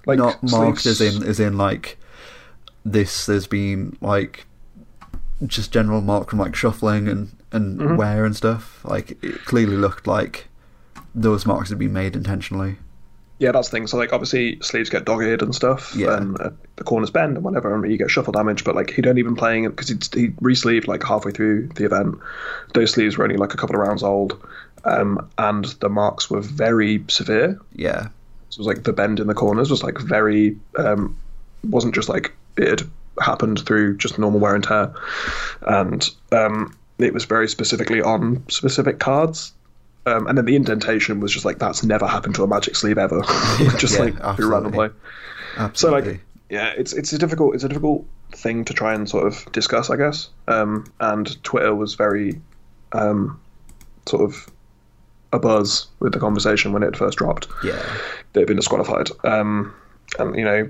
S2: Like
S1: not marked
S2: sleeves-
S1: as in as in like this there's been like just general mark from like shuffling and and wear and stuff like it clearly looked like those marks had been made intentionally
S2: Yeah, that's the thing. So, like, obviously, sleeves get dogged and stuff,
S1: Yeah.
S2: and uh, the corners bend and whatever, and you get shuffle damage. But like, he'd only been playing it because he'd, he'd re-sleeved like halfway through the event. Those sleeves were only like a couple of rounds old, um, and the marks were very severe.
S1: yeah
S2: So it was like the bend in the corners was like very um, wasn't just like it had happened through just normal wear and tear, and um, it was very specifically on specific cards. Um, and then the indentation was just like that's never happened to a magic sleeve ever, just
S1: yeah,
S2: like through
S1: absolutely.
S2: randomly. So
S1: absolutely
S2: like yeah, it's it's a difficult it's a difficult thing to try and sort of discuss, I guess. Um, and Twitter was very um, sort of a buzz with the conversation when it first dropped
S1: yeah
S2: they've been disqualified. Um, and you know,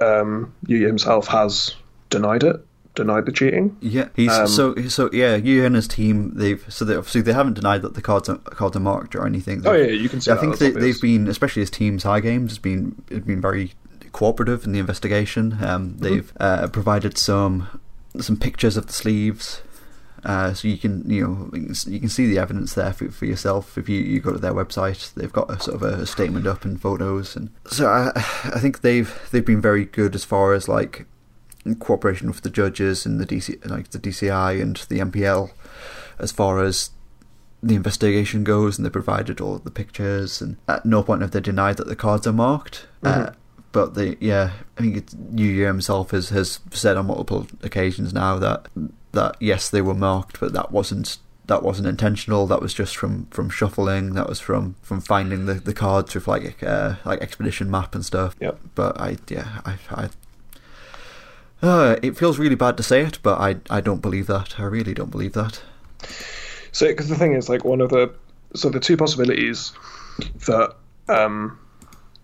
S2: um, Yuya himself has denied it, denied the cheating.
S1: yeah he's
S2: Um,
S1: so so yeah you and his team they've so they obviously they haven't denied that the cards are cards are marked or anything
S2: Oh yeah, you can see.
S1: I
S2: that,
S1: think
S2: that's
S1: they,
S2: obvious.
S1: they've been, especially as teams, high games has been has been very cooperative in the investigation. Um,
S2: Mm-hmm.
S1: They've uh, provided some some pictures of the sleeves, uh, so you can you know you can s- you can see the evidence there for, for yourself. If you, you go to their website, they've got a sort of a statement up and photos, and so I I think they've they've been very good as far as like cooperation with the judges and the DC like the DCI and the MPL as far as the investigation goes, and they provided all the pictures, and at no point have they denied that the cards are marked. Uh, but they, yeah, I think it's, Yuya himself has, has said on multiple occasions now that that yes, they were marked, but that wasn't that wasn't intentional. That was just from, from shuffling. That was from, from finding the, the cards with like uh, like expedition map and stuff.
S2: Yep.
S1: But I yeah I I. Uh, it feels really bad to say it, but I I don't believe that. I really don't believe that.
S2: So, because the thing is, like, one of the so the two possibilities that um,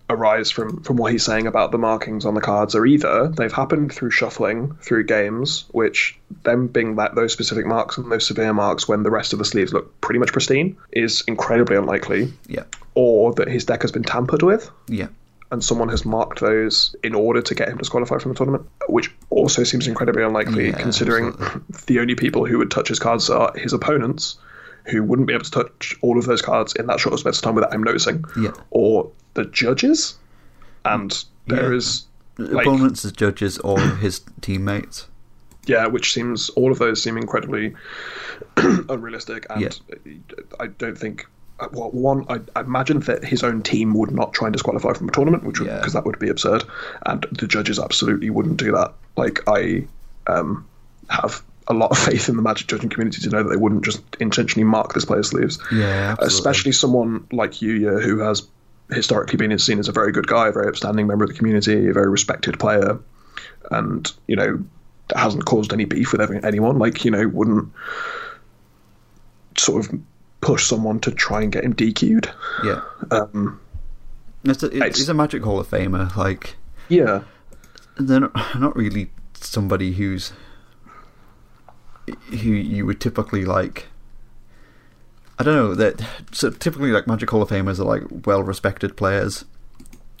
S2: arise from from what he's saying about the markings on the cards are either they've happened through shuffling through games, which them being that those specific marks and those severe marks when the rest of the sleeves look pretty much pristine is incredibly unlikely,
S1: Yeah,
S2: or that his deck has been tampered with.
S1: yeah.
S2: and someone has marked those in order to get him disqualified from the tournament, which also seems incredibly unlikely,
S1: Yeah,
S2: considering the only people who would touch his cards are his opponents, who wouldn't be able to touch all of those cards in that short space of time without him noticing,
S1: Yeah.
S2: or the judges, and there
S1: Yeah.
S2: is like,
S1: opponents as judges or his teammates.
S2: yeah, which seems all of those seem incredibly unrealistic, and I don't think. Well, one, I, I imagine that his own team would not try and disqualify from a tournament, which
S1: Yeah.
S2: because that would be absurd, and the judges absolutely wouldn't do that. Like I um, have a lot of faith in the magic judging community to know that they wouldn't just intentionally mark this player's sleeves.
S1: Yeah, absolutely.
S2: especially someone like Yuya who has historically been seen as a very good guy, a very upstanding member of the community, a very respected player, and you know hasn't caused any beef with ever- anyone. Like you know wouldn't sort of push someone to try and get him DQ'd.
S1: Yeah.
S2: Um,
S1: It's a, it-
S2: It's-
S1: he's a Magic Hall of Famer. Like
S2: yeah,
S1: they're not, not really somebody who's who you would typically like. I don't know that. So typically, like Magic Hall of Famers are like well-respected players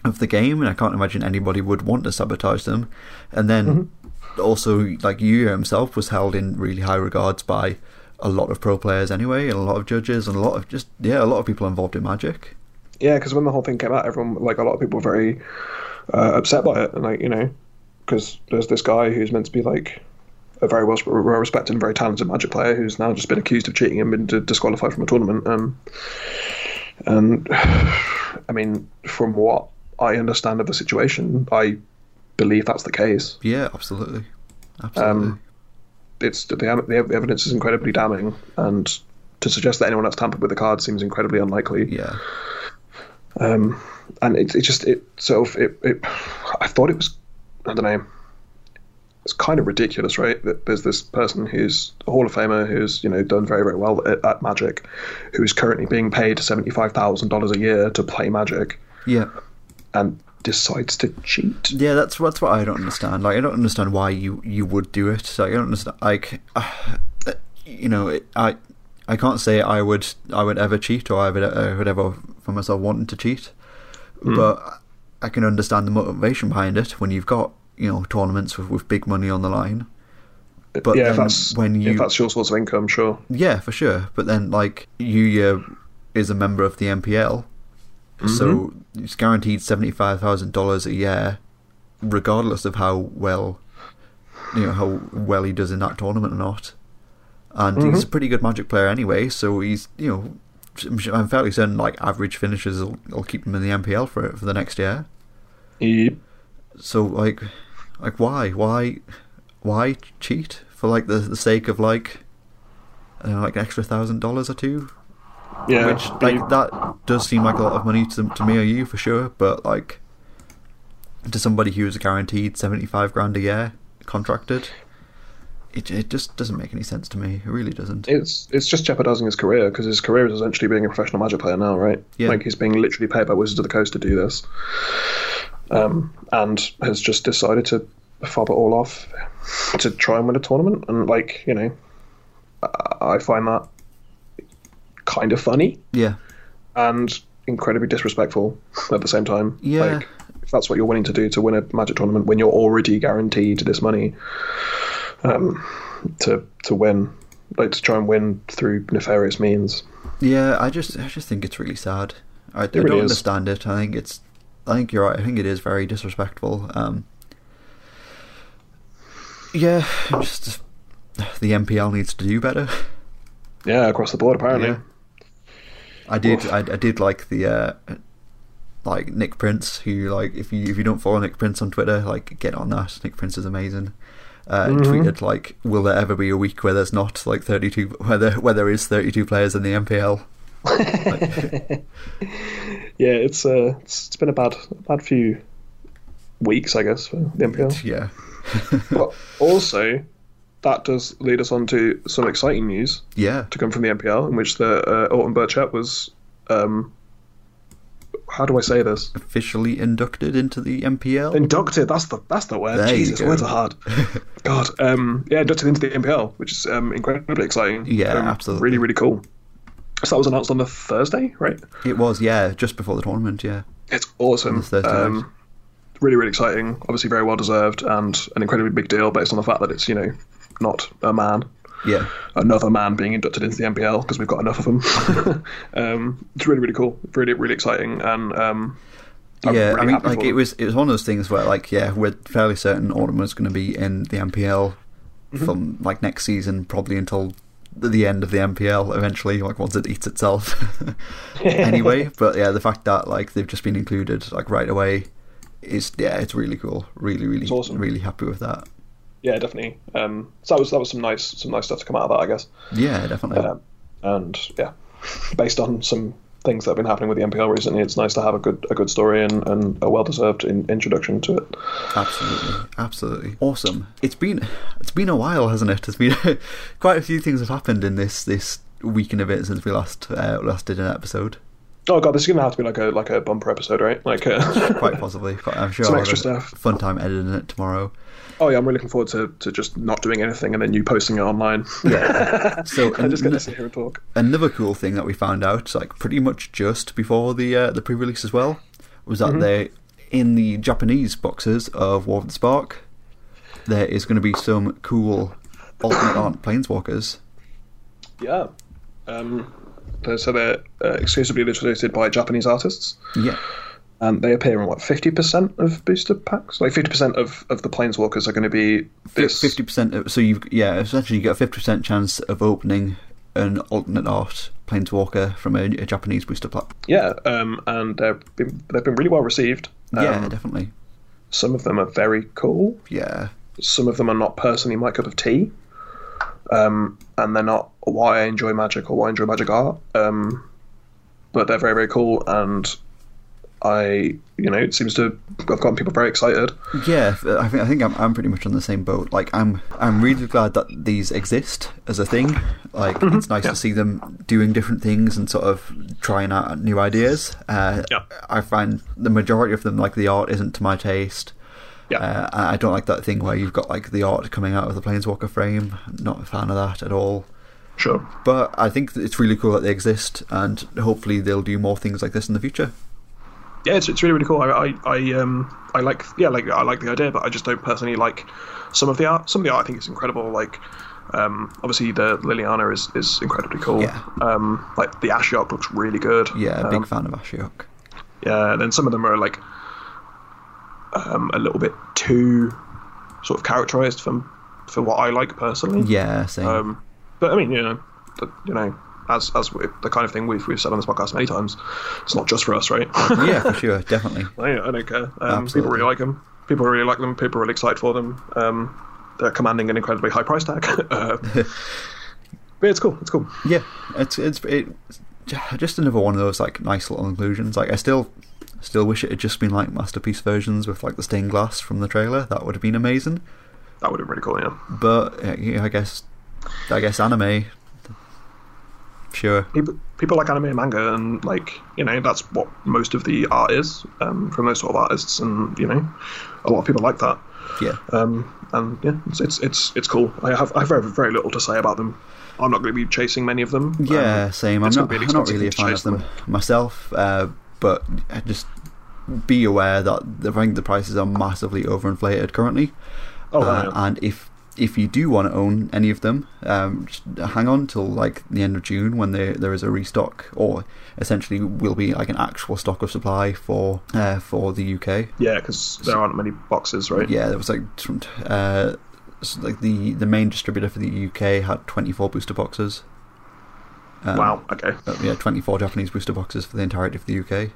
S1: of the game, and I can't imagine anybody would want to sabotage them. And then also, like Yuya himself was held in really high regards by a lot of pro players anyway, and a lot of judges, and a lot of just yeah, a lot of people involved in Magic.
S2: yeah. Because when the whole thing came out, everyone like a lot of people were very uh, upset by it, and like you know because there's this guy who's meant to be like a very well well respected and very talented magic player who's now just been accused of cheating and been d- disqualified from a tournament. Um, and I mean, from what I understand of the situation, I believe that's the case.
S1: Yeah, absolutely, absolutely.
S2: It's the, ev- the ev- the evidence is incredibly damning, and to suggest that anyone else tampered with the card seems incredibly unlikely.
S1: yeah.
S2: Um, and it, it just it sort of it, it I thought it was I don't know it's kind of ridiculous right that there's this person who's a Hall of Famer who's you know done very very well at, at Magic who is currently being paid seventy five thousand dollars a year to play Magic
S1: Yeah,
S2: and decides to cheat
S1: yeah. That's that's what I don't understand. Like, I don't understand why you you would do it. Like, I don't understand. Like, uh, you know, it, I I can't say I would I would ever cheat or I would I would ever for myself wanting to cheat, but I can understand the motivation behind it when you've got you know tournaments with, with big money on the line. But
S2: yeah
S1: then
S2: if that's
S1: when you
S2: if that's your source of income sure
S1: Yeah, for sure. But then, like, Yuya is a member of the MPL, so he's guaranteed seventy-five thousand dollars a year, regardless of how well, you know, how well he does in that tournament or not. And he's a pretty good Magic player anyway, so he's you know, I'm, sure- I'm fairly certain like average finishes will, will keep him in the MPL for for the next year.
S2: Yep.
S1: So like, like why, why, why cheat for like the the sake of like, I don't know, like an extra thousand dollars or two?
S2: yeah
S1: Which like that does seem like a lot of money to to me or you for sure, but like, to somebody who is guaranteed seventy five grand a year contracted, it it just doesn't make any sense to me. It really doesn't.
S2: it's it's just jeopardizing his career because his career is essentially being a professional magic player now, right?
S1: Yeah.
S2: Like he's being literally paid by Wizards of the Coast to do this, um, and has just decided to fob it all off to try and win a tournament. And like you know, I I find that kind of funny
S1: yeah,
S2: and incredibly disrespectful at the same time.
S1: Yeah.
S2: Like, if that's what you're willing to do to win a magic tournament when you're already guaranteed this money um, to to win, like to try and win through nefarious means.
S1: yeah. I just I just think it's really sad. I, I
S2: really
S1: don't
S2: is.
S1: understand it. I think it's I think you're right. I think it is very disrespectful. Um, yeah, I'm just the MPL needs to do better.
S2: Yeah, across the board apparently.
S1: Yeah. I did. I, I did like the uh, like Nick Prince, who like if you if you don't follow Nick Prince on Twitter, like get on that. Nick Prince is amazing. Uh,
S2: Mm-hmm.
S1: Tweeted like, will there ever be a week where there's not like 32 where there where there is 32 players in the MPL?
S2: Yeah, it's uh, it's, it's been a bad a bad few weeks, I guess, for the NPL.
S1: Yeah,
S2: but also, that does lead us on to some exciting news.
S1: yeah.
S2: to come from the NPL, in which the uh, Autumn Burchett was, um, how do I say this?
S1: Officially inducted into the MPL.
S2: Inducted. That's the that's the word.
S1: There you
S2: Jesus,
S1: go.
S2: words are hard. God. Um, yeah, inducted into the NPL, which is um, incredibly exciting.
S1: Yeah,
S2: Um,
S1: absolutely.
S2: Really, really cool. So that was announced on the Thursday, right?
S1: it was yeah, just before the tournament. Yeah,
S2: It's awesome.
S1: the 30th.
S2: Um, really, really exciting. Obviously, very well deserved and an incredibly big deal based on the fact that it's you know not a man
S1: yeah.
S2: another man being inducted into the NPL because we've got enough of them. um, it's really, really cool, really, really exciting, and um, I'm
S1: yeah,
S2: really
S1: I mean,
S2: happy
S1: like
S2: for
S1: it
S2: them.
S1: was it was one of those things where like yeah, we're fairly certain Autumn was going to be in the MPL
S2: Mm-hmm.
S1: from like next season, probably until the- the end of the MPL eventually, like once it eats itself. anyway, but yeah, the fact that like they've just been included like right away is yeah, it's really cool. Really, really,
S2: awesome.
S1: really happy with that.
S2: yeah, definitely. Um, so that was that was some nice some nice stuff to come out of that, I guess.
S1: Yeah, definitely.
S2: Um, and yeah, based on some things that have been happening with the NPL recently, it's nice to have a good a good story and, and a well deserved in, introduction to it.
S1: Absolutely, absolutely awesome. It's been it's been a while, hasn't it? It's been quite a few things have happened in this this week and a bit since we last uh, last did an episode.
S2: Oh god, this is gonna have to be like a like a bumper episode, right? Like, uh,
S1: Quite possibly, but I'm sure
S2: Some
S1: I'll
S2: extra
S1: have a
S2: stuff.
S1: fun time editing it tomorrow.
S2: oh yeah, I'm really looking forward to, to just not doing anything and then you posting it online.
S1: Yeah. So
S2: I just
S1: an-
S2: get to sit here and talk.
S1: another cool thing that we found out, like pretty much just before the uh, the pre-release as well, was
S2: Mm-hmm.
S1: that they in the Japanese boxes of War of the Spark, there is going to be some cool alternate art planeswalkers.
S2: Yeah. Um, they're- so they're uh, exclusively illustrated by Japanese artists,
S1: Yeah,
S2: and Um, they appear in what fifty percent of booster packs. Like fifty percent of, of the planeswalkers are going to be this.
S1: fifty percent. So you yeah, essentially you get a fifty percent chance of opening an alternate art planeswalker from a, a Japanese booster pack.
S2: Yeah, um, and they've been they've been really well received. Um,
S1: yeah, definitely.
S2: some of them are very cool.
S1: Yeah,
S2: Some of them are not personally my cup of tea. Um, and they're not why I enjoy magic or why I enjoy magic art. Um, but they're very very cool, and I you know it seems to have gotten people very excited.
S1: Yeah, I think I think I'm, I'm pretty much on the same boat. Like I'm I'm really glad that these exist as a thing. Like
S2: Mhm.
S1: it's nice to see them doing different things and sort of trying out new ideas. Uh,
S2: Yeah.
S1: I find the majority of them like the art isn't to my taste.
S2: Yeah.
S1: Uh, and I don't like that thing where you've got like the art coming out of the planeswalker frame. Not a fan of that at all.
S2: Sure.
S1: But I think that it's really cool that they exist, and hopefully they'll do more things like this in the future.
S2: yeah, it's, it's really really cool. I, I I um I like yeah like I like the idea, but I just don't personally like some of the art. Some of the art I think is incredible. Like um obviously the Liliana is is incredibly cool.
S1: Yeah.
S2: Um like the Ashiok looks really good.
S1: Yeah,
S2: Um,
S1: big fan of Ashiok.
S2: yeah. And then some of them are like um a little bit too sort of characterized for for what I like personally.
S1: Yeah, same.
S2: Um, but I mean, you know, the, you know, as as we, the kind of thing we've we've said on this podcast many times, it's not just for us, right?
S1: yeah, for sure, definitely.
S2: I, I don't care. Um, people
S1: Absolutely.
S2: really like them. People really like them. People are really excited for them. Um, they're commanding an incredibly high price tag. uh, but it's cool. It's cool.
S1: Yeah, it's it's it, just another one of those like nice little inclusions. Like I still still wish it had just been like masterpiece versions with like the stained glass from the trailer. That would have been amazing.
S2: That would have been really cool. Yeah.
S1: But uh, yeah, I guess I guess anime. Sure.
S2: People people like anime and manga, and like you know, that's what most of the art is um, from those sort of artists, and you know, a lot of people like that.
S1: Yeah.
S2: Um, and yeah, it's, it's it's it's cool. I have I have very, very little to say about them. I'm not going to be chasing many of them. Um,
S1: Yeah, same. I'm
S2: it's
S1: not,
S2: gonna be
S1: I'm not
S2: expensive
S1: really a
S2: to
S1: fan
S2: chase
S1: of them myself, uh, but I just be aware that the- I think the prices are massively overinflated currently.
S2: Oh,
S1: Uh,
S2: yeah.
S1: And if if you do want to own any of them, um, just hang on till like the end of June when there there is a restock, or essentially will be like an actual stock of supply for uh, for the UK.
S2: yeah, because there aren't many boxes, right?
S1: Yeah, there was like tr- uh, s- like the the main distributor for the UK had 24 booster boxes. Um,
S2: Wow. Okay.
S1: uh, yeah, 24 Japanese booster boxes for the entirety of the UK.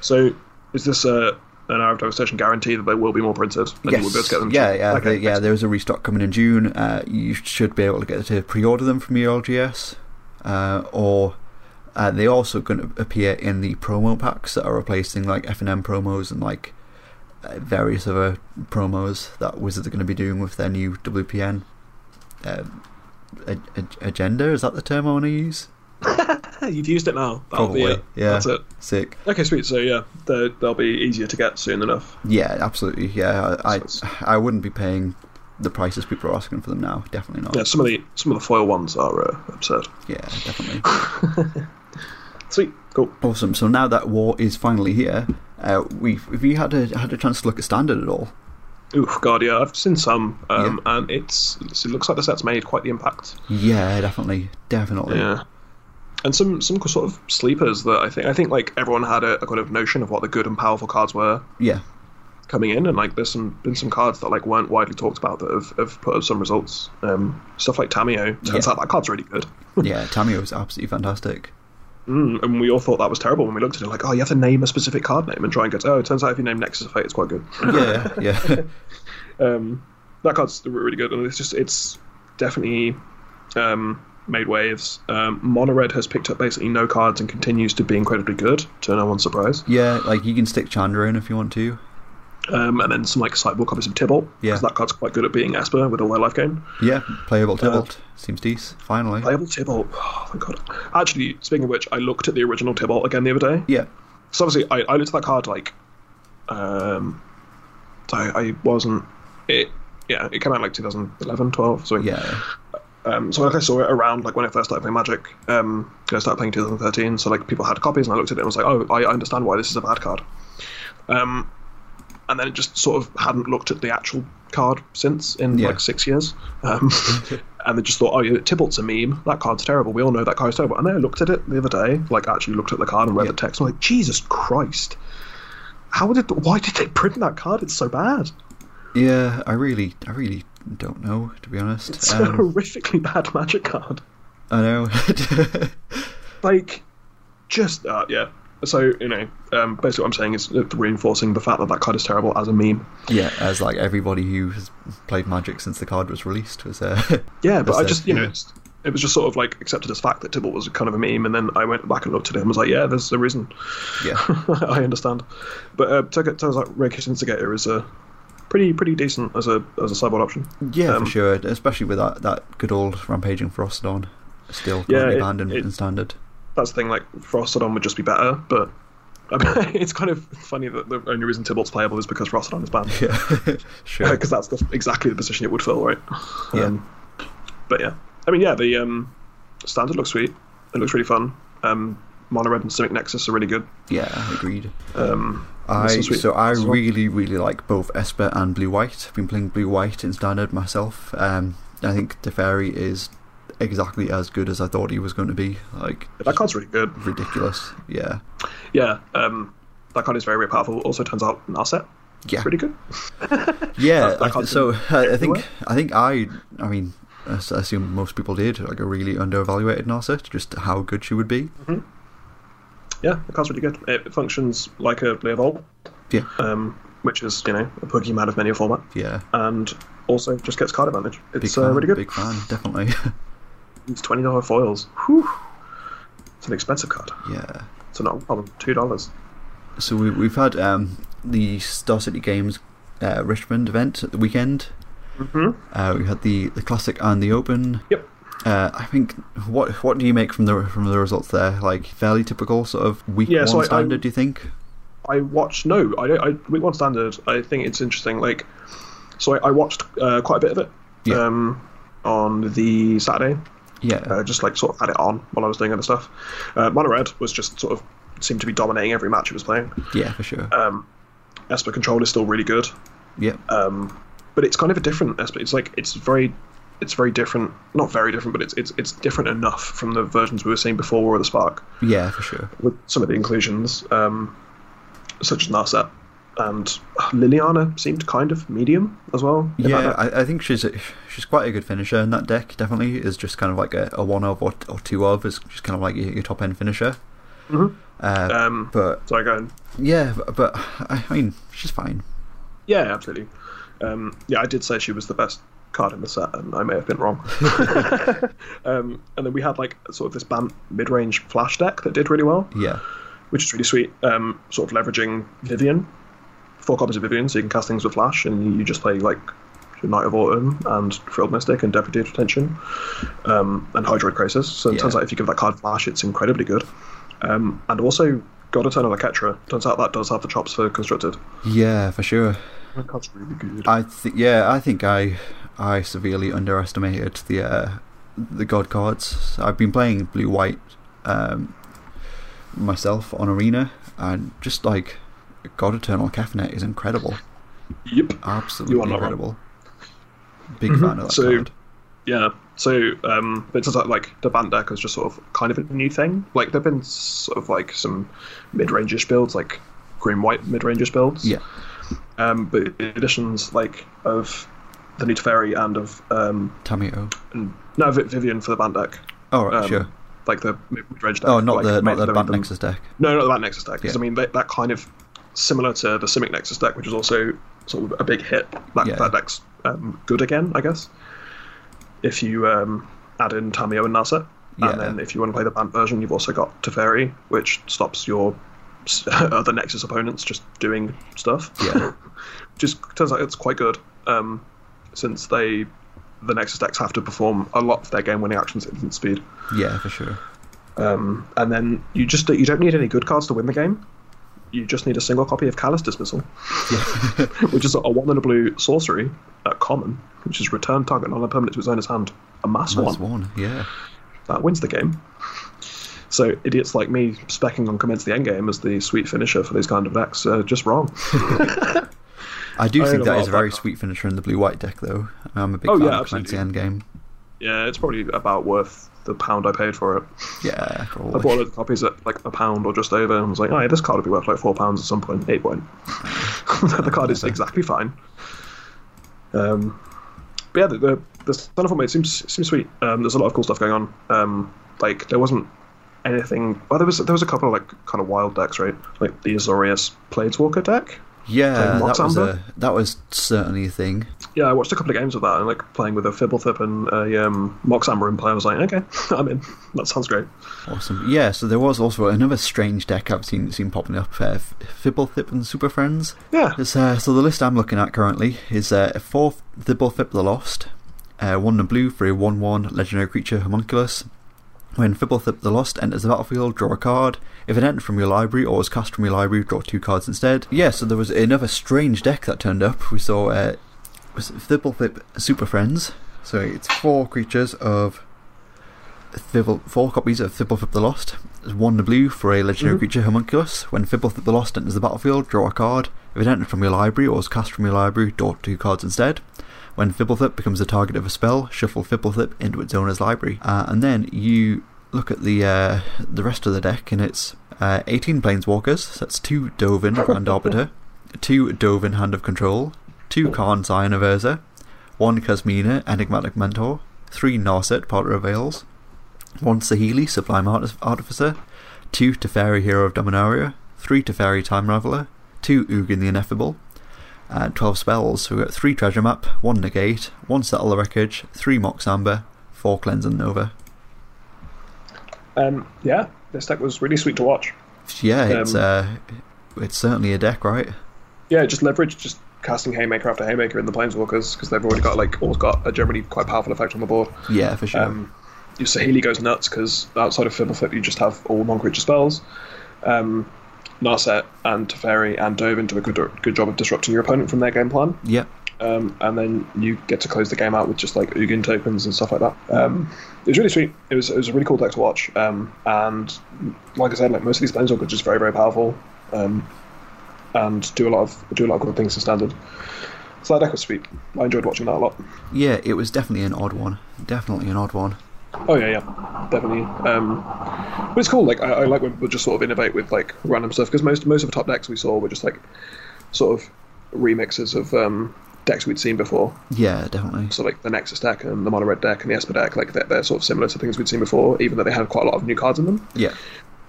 S2: So, is this a an hour of devastation guarantee that there will be more printed? And you will be able to get them.
S1: yeah, yeah,
S2: Okay,
S1: they- yeah. There is a restock coming in June. Uh, you should be able to get to pre-order them from your LGS, uh, or uh, they're also going to appear in the promo packs that are replacing like F and M promos and like uh, various other promos that Wizards are going to be doing with their new WPN uh, ag- ag- agenda. Is that the term I want to use?
S2: You've used it now. That'll be
S1: Probably,
S2: it.
S1: yeah.
S2: That's it.
S1: Sick.
S2: Okay, sweet. So yeah, they're- they'll be easier to get soon enough.
S1: Yeah, absolutely. Yeah, I I,
S2: So
S1: I wouldn't be paying the prices people are asking for them now. Definitely not.
S2: Yeah, some of the some of the foil ones are uh, absurd.
S1: Yeah, definitely.
S2: Sweet, cool.
S1: Awesome. So now that war is finally here, uh, we've have you had a had a chance to look at standard at all?
S2: Oof, God, yeah, I've seen some, um, and it's, it's- it looks like the set's made quite the impact.
S1: Yeah, definitely, definitely.
S2: Yeah, and some some sort of sleepers that I think I think like everyone had a, a kind of notion of what the good and powerful cards were
S1: Yeah.
S2: coming in, and like there's some been some cards that like weren't widely talked about that have, have put up some results. Um, stuff like Tamio turns
S1: Yeah.
S2: out that card's really good,
S1: Yeah, Tamio is absolutely fantastic.
S2: mm, and we all thought that was terrible when we looked at it. Like, oh, you have to name a specific card name and try and get. Oh, it turns out if you name Nexus of Fate, it's quite good.
S1: Yeah, yeah,
S2: Um, that card's really good, and it's just it's definitely um, made waves. Um, Mono Red has picked up basically no cards and continues to be incredibly good, to no one's surprise.
S1: Yeah, like you can stick Chandra in if you want to.
S2: Um, and then some like sideboard copies of Tibalt,
S1: Yeah.
S2: because that card's quite good at being Esper with all their life gain.
S1: Yeah, playable Tybalt. Seems decent, finally.
S2: Playable Tibalt, oh my god. Actually, speaking of which, I looked at the original Tibalt again the other day.
S1: Yeah.
S2: So obviously, I, I looked at that card like, um, I, I wasn't it. Yeah, it came out like 2011, 12, something.
S1: Yeah.
S2: Um, so like I saw it around like when I first started playing Magic. Um, I started playing 2013, so like people had copies, and I looked at it and was like, oh, I I understand why this is a bad card. Um, and then it just sort of hadn't looked at the actual card since in
S1: Yeah.
S2: like six years. Um, and they just thought, oh, yeah, Tybalt's a meme. That card's terrible. We all know that card's terrible. And then I looked at it the other day, like actually looked at the card and read
S1: Yeah.
S2: the text. And I'm like, Jesus Christ. How did? Why did they print that card? It's so bad.
S1: Yeah, I really, I really don't know, to be honest.
S2: It's a
S1: Um,
S2: horrifically bad magic card.
S1: I know.
S2: like just uh, yeah so you know um, basically what i'm saying is reinforcing the fact that that card is terrible as a meme
S1: yeah, as like everybody who has played Magic since the card was released was. Uh,
S2: yeah but
S1: That's
S2: i
S1: it,
S2: just you know
S1: yeah.
S2: it's, it was just sort of like accepted as fact that tibble was kind of a meme and then i went back and looked at it and was like yeah there's a reason
S1: yeah.
S2: i understand but uh, turns turns out rakish instigator is a pretty pretty decent as a as a sideboard option
S1: Yeah,
S2: Um,
S1: for sure. Especially with that, that good old rampaging Frostodon, still
S2: Yeah,
S1: currently
S2: it-
S1: banned in,
S2: it-
S1: in standard.
S2: that's the thing like frostodon would just be better but I mean, it's kind of funny that the only reason Tybalt's playable is because Frostodon is banned.
S1: Yeah, sure.
S2: because Uh, that's the, exactly the position it would fill, right?
S1: Yeah.
S2: Um, but yeah, I mean, yeah, the um, standard looks sweet. It looks really fun. Um, Mono Red and Simic Nexus are really good.
S1: yeah, agreed.
S2: Um,
S1: I
S2: this is sweet
S1: so I
S2: as well.
S1: really really like both Esper and Blue White. I've been playing Blue White in standard myself. Um, I think Teferi is exactly as good as I thought he was going to be. Like
S2: that card's really good.
S1: ridiculous. Yeah,
S2: Yeah, um, that card is very, very powerful. Also, turns out an asset.
S1: yeah,
S2: Pretty good.
S1: yeah.
S2: that
S1: I,
S2: card's
S1: so I, I think
S2: everywhere.
S1: I think I I mean I s- I assume most people did like I really underevaluated Narset just how good she would be.
S2: Yeah, the card's really good. It functions like a Leovold,
S1: Yeah,
S2: um, which is, you know, a Pokemon of many a format,
S1: yeah.
S2: and also just gets card advantage.
S1: Big
S2: It's
S1: fan,
S2: uh, really good.
S1: big fan, definitely.
S2: It's $20 foils. Whew. It's an expensive card.
S1: yeah.
S2: So, not a problem. $2.
S1: So we, we've had um, the Star City Games uh, Richmond event at the weekend.
S2: Mhm.
S1: Uh, we had the, the classic and the open.
S2: Yep.
S1: Uh, I think what what do you make from the from the results there? Like fairly typical sort of week
S2: Yeah,
S1: one
S2: so I-
S1: standard.
S2: I-
S1: do you think?
S2: I watched no, I don't. I week one standard. I think it's interesting. Like, so I, I watched uh, quite a bit of it.
S1: Yeah.
S2: Um, on the Saturday,
S1: Yeah.
S2: uh, just like sort of had it on while I was doing other stuff. Uh, Mono Red was just sort of seemed to be dominating every match it was playing.
S1: yeah, for sure.
S2: Um, Esper Control is still really good,
S1: yeah.
S2: um, but it's kind of a different Esper. It's like it's very, it's very different. Not very different, but it's it's it's different enough from the versions we were seeing before War of the Spark
S1: yeah, for sure.
S2: with some of the inclusions, um, such as Narset and uh, Liliana seemed kind of medium as well. in that
S1: Yeah,
S2: deck.
S1: I, I think she's a, she's quite a good finisher in that deck. Definitely is just kind of like a, a one of or, or two of is just kind of like your, your top end finisher.
S2: Mhm.
S1: Uh,
S2: Um,
S1: but
S2: sorry, go on.
S1: yeah, but, but I mean she's fine.
S2: Yeah, absolutely. Um, yeah, I did say she was the best card in the set, and I may have been wrong. um, and then we had like sort of this BAM mid-range flash deck that did really well,
S1: Yeah.
S2: which is really sweet. Um, sort of leveraging Vivian, four copies of Vivian, so you can cast things with flash, and you just play like Knight of Autumn and Frilled Mystic and Deputy Detention um, and Hydroid Crisis. So it
S1: Yeah.
S2: turns out if you give that card flash, it's incredibly good. Um, and also God Eternal Ketra. Turns out that does have the chops for constructed. Uh,
S1: Yeah, for sure.
S2: That card's really good.
S1: I th- yeah, I think I I severely underestimated the uh, the god cards. I've been playing blue white um, myself on arena, and just like God Eternal Caffinet is incredible,
S2: yep. You are
S1: absolutely
S2: not wrong. Mm-hmm.
S1: incredible. Big fan of that
S2: So-
S1: card.
S2: Yeah. So, um, but it turns out like the band deck is just sort of kind of a new thing. Like there've been sort of like some mid-range-ish builds, like green-white mid-range-ish builds.
S1: Yeah,
S2: Um, but additions like of the New Fairy and of um,
S1: Tamio.
S2: and no Vi- Vivian for the band deck.
S1: Oh right,
S2: Um,
S1: sure.
S2: Like the mid range deck.
S1: Oh, not
S2: like,
S1: the
S2: made
S1: not the
S2: them-
S1: Band Nexus deck.
S2: No, not the Band Nexus deck. 'cause,
S1: Yeah.
S2: I mean, that, that kind of similar to the Simic Nexus deck, which was also sort of a big hit. That,
S1: Yeah.
S2: that deck's um, good again, I guess. If you um, add in Tamio and Nasa,
S1: Yeah.
S2: and then if you want to play the Bant version, you've also got Teferi, which stops your s- other Nexus opponents just doing stuff.
S1: Yeah.
S2: just turns out it's quite good, um, since they the Nexus decks have to perform a lot of their game-winning actions at instant speed.
S1: Yeah, for sure.
S2: Um, and then you just you don't need any good cards to win the game. You just need a single copy of Callous Dismissal, which is a one and a blue sorcery at common, which is return target non-permanent to its owner's hand, a mass
S1: Nice
S2: one
S1: one. Yeah.
S2: that wins the game. So idiots like me specking on commence the end game as the sweet finisher for these kind of decks are just wrong.
S1: I do think
S2: I had a
S1: that
S2: lot
S1: is a
S2: of
S1: very
S2: that.
S1: sweet finisher in the blue white deck, though. I'm a big
S2: Oh,
S1: fan
S2: yeah,
S1: of Clancy Endgame.
S2: yeah, it's probably about worth the pound I paid for it.
S1: Yeah,
S2: I bought a
S1: probably.
S2: load of copies at like a pound or just over, and was like, "Oh, yeah, this card would be worth like four pounds at some point." It won't. the card is exactly fine. Um, but yeah, the the, the Son of Fortnite seems seems sweet. Um, there's a lot of cool stuff going on. Um, like there wasn't anything. Well, there was there was a couple of like kind of wild decks, right? Like the Azorius Planeswalker deck.
S1: Yeah,
S2: Like
S1: that was a,
S2: Moxamba?
S1: that was certainly a thing.
S2: Yeah, I watched a couple of games of that, and like playing with a Fibblethip and a um, Mox Amber in play. I was like, "Okay, I'm in. That sounds great."
S1: Awesome. Yeah, so there was also another strange deck I've seen seen popping up, uh, F- Fibblethip and Super Friends.
S2: Yeah,
S1: It's, uh, so the list I'm looking at currently is uh, four Fibblethip the Lost, uh, one in blue for a one-one legendary creature homunculus. When Fibblethip the Lost enters the battlefield, draw a card. If it entered from your library or was cast from your library, draw two cards instead. Yeah, so there was another strange deck that turned up. We saw uh, was it Fibblethip Super Friends. So it's four creatures of Fibble, four copies of Fibblethip the Lost. There's one in the blue for a legendary
S2: Mhm.
S1: creature, Homunculus. When Fibblethip the Lost enters the battlefield, draw a card. If it entered from your library or is cast from your library, draw two cards instead. When Fibblethip becomes the target of a spell, shuffle Fibblethip into its owner's library. Uh, and then you look at the uh, the rest of the deck, and it's uh, 18 Planeswalkers. So that's two Dovin Grand Arbiter, two Dovin Hand of Control, two Khan Scion of Urza, one Casmina Enigmatic Mentor, three Narset Potter of Veils, one Sahili Sublime Artis- Artificer, two Teferi Hero of Dominaria, three Teferi Time Raveler, two Ugin the Ineffable, uh, 12 spells. So we've got 3 Treasure Map, 1 Negate, 1 Settle the Wreckage, 3 Mox Amber, 4 Cleanse and Nova.
S2: um, yeah, this deck was really sweet to watch.
S1: Yeah, it's,
S2: Um,
S1: uh, it's certainly a deck, right?
S2: Yeah, just leverage, just casting haymaker after haymaker in the planeswalkers because they've already got like all got a generally quite powerful effect on the board.
S1: Yeah, for sure.
S2: Um, your Sahili goes nuts because outside of Fibbleflip you just have all non-creature spells. Um, Narset and Teferi and Dovin do a good, good job of disrupting your opponent from their game plan,
S1: yep.
S2: um, and then you get to close the game out with just like Ugin tokens and stuff like that. Um, it was really sweet. It was it was a really cool deck to watch, um, and like I said, like most of these planeswalkers are just very very powerful. Um, and do a lot of do a lot of good things in standard. So that deck was sweet. I enjoyed watching that a lot.
S1: Yeah, it was definitely an odd one. Definitely an odd one.
S2: Oh yeah, yeah, definitely. Um, but it's cool. Like I, I like when we just sort of innovate with like random stuff because most most of the top decks we saw were just like sort of remixes of um, decks we'd seen before.
S1: Yeah, definitely.
S2: So like the Nexus deck and the Mono Red deck and the Esper deck, like they're, they're sort of similar to things we'd seen before, even though they had quite a lot of new cards in them.
S1: Yeah.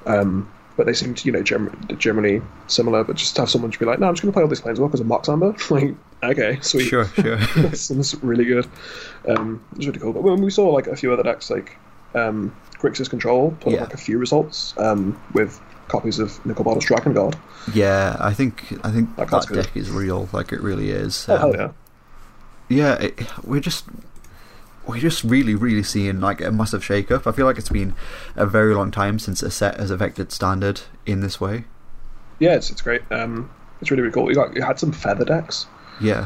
S2: Um, but they seemed you know gem- generally similar. But just to have someone to be like, no, I'm just going to play all these planeswalkers and Mox Amber. like okay, sweet
S1: Sure, sure.
S2: that sounds really good. Um, it was really cool. But when we saw like a few other decks, like um, Grixis Control, put
S1: Yeah.
S2: up like a few results um, with copies of Nicol Bottle's Dragon Guard.
S1: yeah, I think I think
S2: That
S1: that
S2: card's good.
S1: deck is real. Like it really is.
S2: Oh,
S1: Um,
S2: hell yeah.
S1: yeah, it, we're just we're just really, really seeing like a massive shake-up. I feel like it's been a very long time since a set has affected standard in this way.
S2: Yeah, it's, it's great. Um, it's really, really cool. You, got, you had some Feather decks.
S1: Yeah,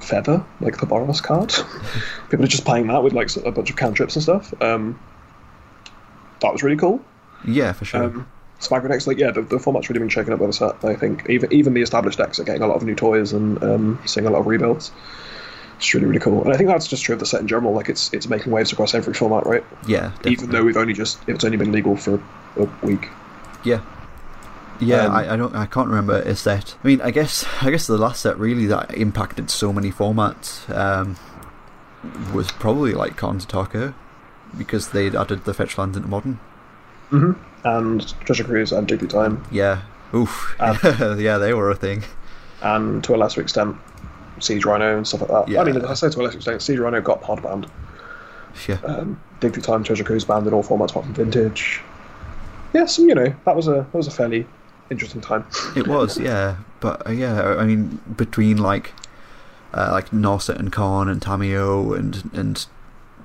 S2: Feather, like the Boros card. People are just playing that with like a bunch of cantrips and stuff. Um, that was really cool.
S1: yeah, for sure.
S2: Um, Swagger decks, like yeah, the, the format's really been shaken up by the set. I think even even the established decks are getting a lot of new toys and um, seeing a lot of rebuilds. It's really really cool, and I think that's just true of the set in general. Like it's it's making waves across every format, right?
S1: yeah, definitely.
S2: Even though we've only just it's only been legal for a week.
S1: yeah, yeah,
S2: um,
S1: I, I don't, I can't remember a set. I mean, I guess, I guess the last set really that impacted so many formats um, was probably like Khan Taka because they'd added the fetch lands into modern.
S2: And Treasure Cruise and Diggly Time.
S1: Yeah, Oof. yeah, they were a thing.
S2: and to a lesser extent, Siege Rhino and stuff like that.
S1: Yeah.
S2: I mean, I say to a lesser extent, Siege Rhino got hard banned.
S1: Yeah.
S2: Um, Dig Through Time, Treasure Cruise banned in all formats apart from Vintage. Yeah, so you know that was a that was a fairly interesting time.
S1: It was, yeah, but uh, yeah, I- I mean, between like, uh, like Norset and Khan and Tamio and and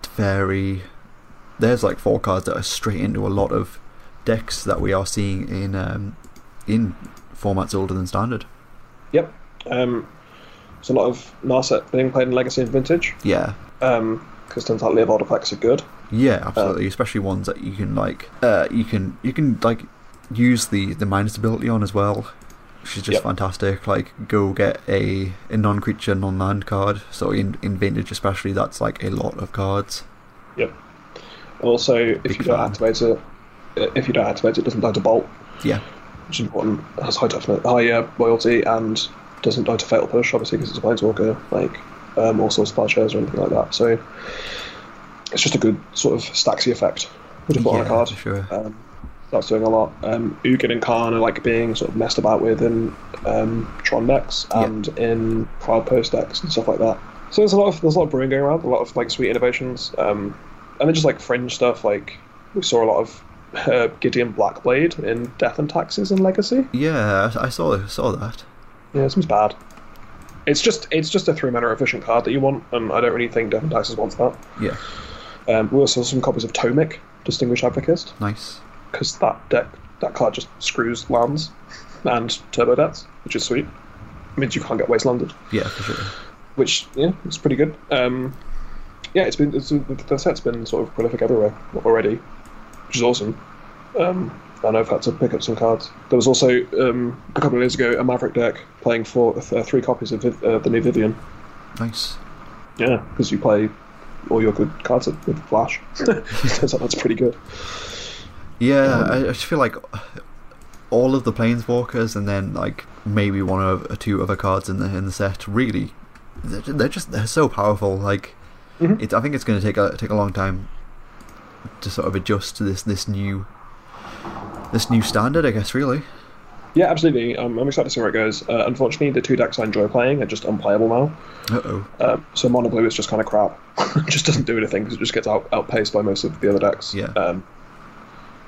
S1: Fairy, there's like four cards that are straight into a lot of decks that we are seeing in um, in formats older than standard.
S2: Yep. Um, there's a lot of Narset being played in Legacy and Vintage
S1: Yeah,
S2: because turns out live artifacts are good.
S1: yeah, absolutely, especially ones that you can like, uh, you can you can like use the the minus ability on as well. Which is just
S2: Yep.
S1: fantastic. Like, go get a, a non creature, non land card. So, in, in Vintage, especially, that's like a lot of cards.
S2: Yep. Also, if
S1: Big
S2: you don't
S1: fan.
S2: activate it, uh, if you don't activate it, it doesn't die to bolt,
S1: Yeah,
S2: which is important. It has high toughness, high uh, loyalty, and doesn't die to fatal push, obviously, because it's a planeswalker, like um, all sorts of plowshares or anything like that. So it's just a good sort of stacksy effect. Would have put on
S1: Yeah,
S2: a card.
S1: for sure.
S2: Um, that's doing a lot. Um, Ugin and Khan are like being sort of messed about with in um, Tron decks
S1: Yeah.
S2: and in Cloud Post decks and stuff like that. So there's a lot of there's a lot of brewing going around, a lot of like sweet innovations, um, and then just like fringe stuff. Like we saw a lot of uh, Gideon Blackblade in Death and Taxes and Legacy.
S1: yeah, I I saw saw that.
S2: Yeah, this one's bad. It's just it's just a three mana efficient card that you want, and I don't really think Death and Taxes wants that.
S1: Yeah,
S2: Um, we also saw some copies of Tomic, Distinguished Advocist,
S1: nice.
S2: because that deck that card just screws lands and turbo debts, which is sweet. means you can't get wastelanded,
S1: Yeah, for sure.
S2: which yeah, it's pretty good. Um, yeah, it's been it's, the set's been sort of prolific everywhere already, which is awesome. Um, and I've had to pick up some cards. There was also um, a couple of years ago a Maverick deck playing for uh, three copies of Viv- uh, the new Vivian.
S1: Nice.
S2: Yeah, because you play all your good cards with flash. Turns out that's pretty good.
S1: Yeah, I, I just feel like all of the planeswalkers, and then like maybe one or two other cards in the in the set. Really, they're, ju- they're just they're so powerful. Like,
S2: Mhm.
S1: it, I think it's going to take a take a long time to sort of adjust to this this new this new standard. I guess really.
S2: Yeah, absolutely. Um, I'm excited to see where it goes. Uh, unfortunately, the two decks I enjoy playing are just unplayable now.
S1: Uh oh.
S2: Um, so mono blue is just kind of crap. it just doesn't do anything because it just gets out, outpaced by most of the other decks.
S1: Yeah.
S2: Um,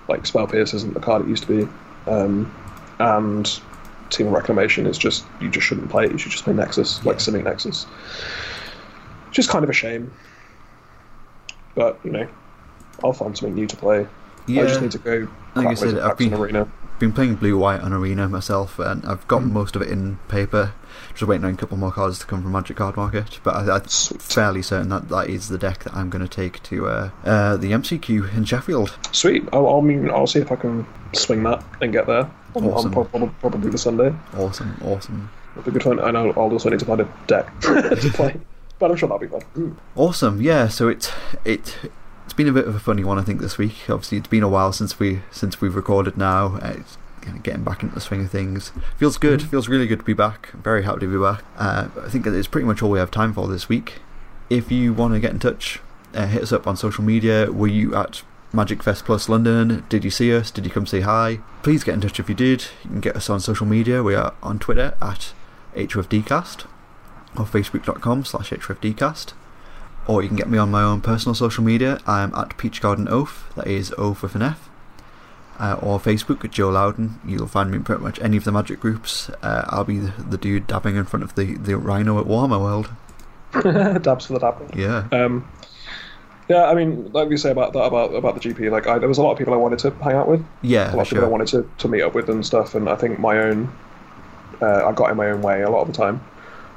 S2: like Spell Pierce isn't the card it used to be, um, and Team of Reclamation is just you just shouldn't play it. You should just play Nexus, like Simic Nexus. Which is kind of a shame. But you know, I'll find something new to play.
S1: Yeah.
S2: I just need to go.
S1: Like I
S2: crack loads
S1: said,
S2: of
S1: I've
S2: packs in
S1: been-
S2: arena.
S1: been playing blue white on arena myself and i've got most of it in paper just waiting on a couple more cards to come from magic card market but I, i'm
S2: Sweet.
S1: fairly certain that that is the deck that i'm going to take to uh, uh, the mcq in sheffield
S2: Sweet. I'll, I'll, mean, I'll see if I can swing that and get there. On, on
S1: Awesome.
S2: prob- prob- probably the Sunday.
S1: awesome awesome
S2: It'll be good fun. And I'll, I'll also need to find a deck to play. But I'm sure that'll be fun. Mm.
S1: awesome yeah so it's it it's been a bit of a funny one i think this week obviously it's been a while since we since we've recorded now uh, it's kind of getting back into the swing of things feels good feels really good to be back I'm very happy to be back uh, i think that it's pretty much all we have time for this week if you want to get in touch uh, hit us up on social media were you at Magic Fest Plus London. Did you see us? Did you come say hi? Please get in touch if you did. You can get us on social media. We are on Twitter at HFDcast or facebook.com slash HFDcast or you can get me on my own personal social media. I'm at Peach Garden Oath, that is Oath with an F, uh, or Facebook at Joe Loudon. You'll find me in pretty much any of the magic groups. Uh, I'll be the, the dude dabbing in front of the, the rhino at Warmer World.
S2: Dabs for the dab.
S1: Yeah.
S2: Um, yeah, I mean, like we say about that about about the GP, like I, there was a lot of people I wanted to hang out with,
S1: Yeah,
S2: a lot of people I
S1: sure.
S2: wanted to, to meet up with and stuff. And I think my own, uh, I got in my own way a lot of the time,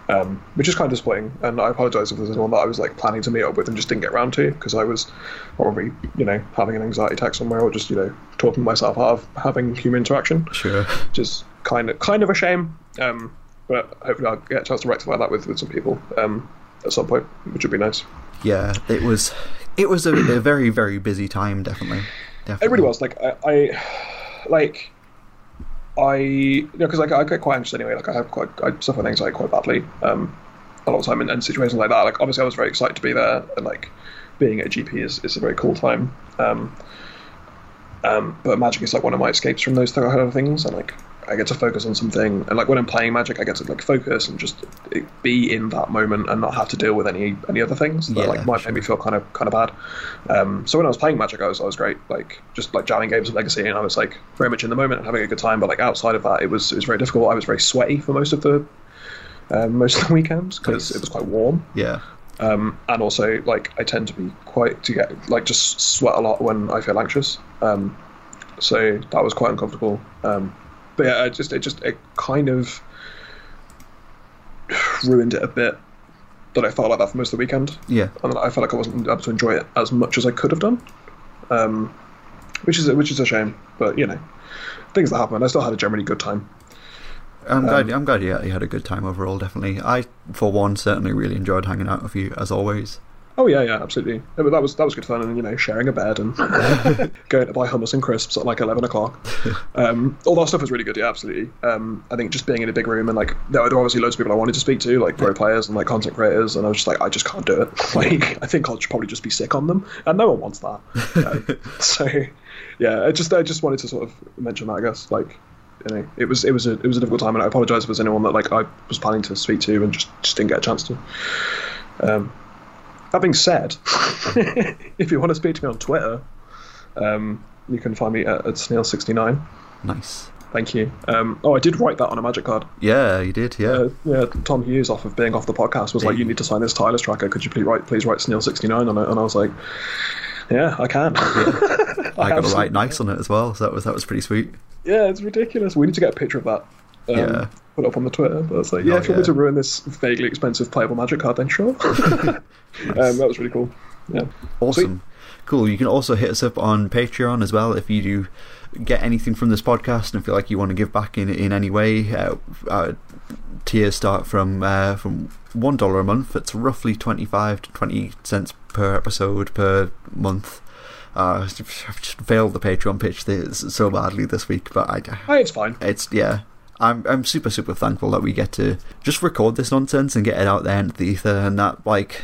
S2: um, which is kind of disappointing. And I apologise if there's anyone that I was like planning to meet up with and just didn't get round to because I was probably you know having an anxiety attack somewhere or just you know talking myself out of having human interaction,
S1: Sure.
S2: which is kind of kind of a shame. Um, but hopefully I'll get a chance to rectify that with, with some people um, at some point, which would be nice.
S1: Yeah, it was it was a, a very, very busy time, definitely. definitely.
S2: It really was like I, I like I you know because like I get quite anxious anyway. Like I have quite I suffer with anxiety quite badly um, a lot of time in, in situations like that. Like obviously I was very excited to be there and like being at GP is, is a very cool time. Um, um, but magic is like one of my escapes from those kind of things and like I get to focus on something, and like when I'm playing Magic, I get to like focus and just be in that moment and not have to deal with any any other things that
S1: Yeah,
S2: like might
S1: sure.
S2: make me feel kind of kind of bad. Um, so when I was playing Magic, I was I was great, like just like jamming games of Legacy, and I was like very much in the moment and having a good time. But like outside of that, it was it was very difficult. I was very sweaty for most of the um, most of the weekends because
S1: Nice.
S2: it was quite warm,
S1: Yeah.
S2: um, and also like I tend to be quite to get like just sweat a lot when I feel anxious. Um, so that was quite uncomfortable. Um, but yeah, I just it just it kind of ruined it a bit that I felt like that for most of the weekend,
S1: Yeah.
S2: and I felt like I wasn't able to enjoy it as much as I could have done, um, which is which is a shame. But you know, things that happen. I still had a generally good time. Um,
S1: I'm glad. I'm glad you, you had a good time overall. Definitely, I for one certainly really enjoyed hanging out with you as always.
S2: Oh yeah, yeah, absolutely. Yeah, but that was that was good fun, and you know, sharing a bed and going to buy hummus and crisps at like eleven o'clock. Um, all that stuff was really good. Yeah, absolutely. Um, I think just being in a big room and like there, there were obviously loads of people I wanted to speak to, like pro players and like content creators, and I was just like, I just can't do it. Like, I think I'll just probably just be sick on them, and no one wants that. Um, so, yeah, I just I just wanted to sort of mention that. I guess like. You know, it was it was a it was a difficult time, and I apologise if there's anyone that like I was planning to speak to and just, just didn't get a chance to. Um, that being said, if you want to speak to me on Twitter, um, you can find me at, at snail69.
S1: Nice.
S2: Thank you. Um, oh, I did write that on a magic card.
S1: Yeah, you did. Yeah.
S2: Uh, yeah, Tom Hughes off of being off the podcast was like, "You need to sign this Tyler's tracker. Could you please write, please write snail69 on it?" And I was like, "Yeah, I can."
S1: I got to
S2: absolutely-
S1: write nice on it as well, so that was that was pretty sweet.
S2: yeah, it's ridiculous. We need to get a picture of that. Um,
S1: Yeah.
S2: Put it up on the Twitter, but it's like, yeah,
S1: Oh,
S2: if you want me
S1: yeah.
S2: to ruin this vaguely expensive playable magic card, then sure. um, that was really cool. Yeah.
S1: Awesome. Cool. You can also hit us up on Patreon as well if you do get anything from this podcast and feel like you want to give back in in any way. Uh, our tiers start from uh, from one dollar a month. It's roughly twenty five to twenty cents per episode per month. Uh, I've just failed the Patreon pitch this so badly this week, but I,
S2: Hey, it's fine.
S1: it's yeah. I'm I'm super super thankful that we get to just record this nonsense and get it out there into the ether, and that like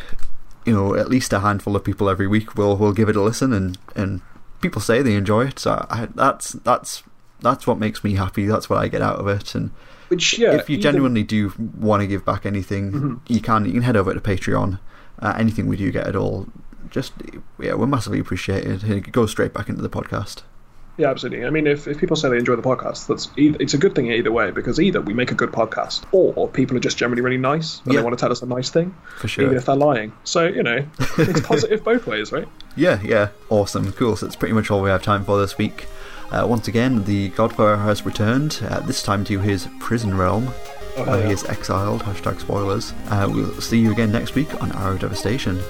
S1: you know at least a handful of people every week will will give it a listen, and and people say they enjoy it. So I, that's that's that's what makes me happy. That's what I get out of it, and
S2: Which yeah,
S1: if you
S2: even- Mm-hmm.
S1: genuinely do want to give back anything, you can. You can head over to Patreon. Uh, anything we do get at all, just yeah, we're massively appreciated. It goes straight back into the podcast.
S2: Yeah, absolutely. I mean, if, if people say they enjoy the podcast, that's either, it's a good thing either way because either we make a good podcast or people are just generally really nice and
S1: Yeah.
S2: they want to tell us a nice thing,
S1: For sure.
S2: even if they're lying. So you know, it's positive both ways, right?
S1: Yeah, yeah. Awesome, cool. So that's pretty much all we have time for this week. Uh, once again, the Godfather has returned, uh, this time to his prison realm,
S2: Oh,
S1: where
S2: yeah.
S1: Uh, he is exiled. Hashtag spoilers. Uh, we'll see you again next week on Arrow Devastation.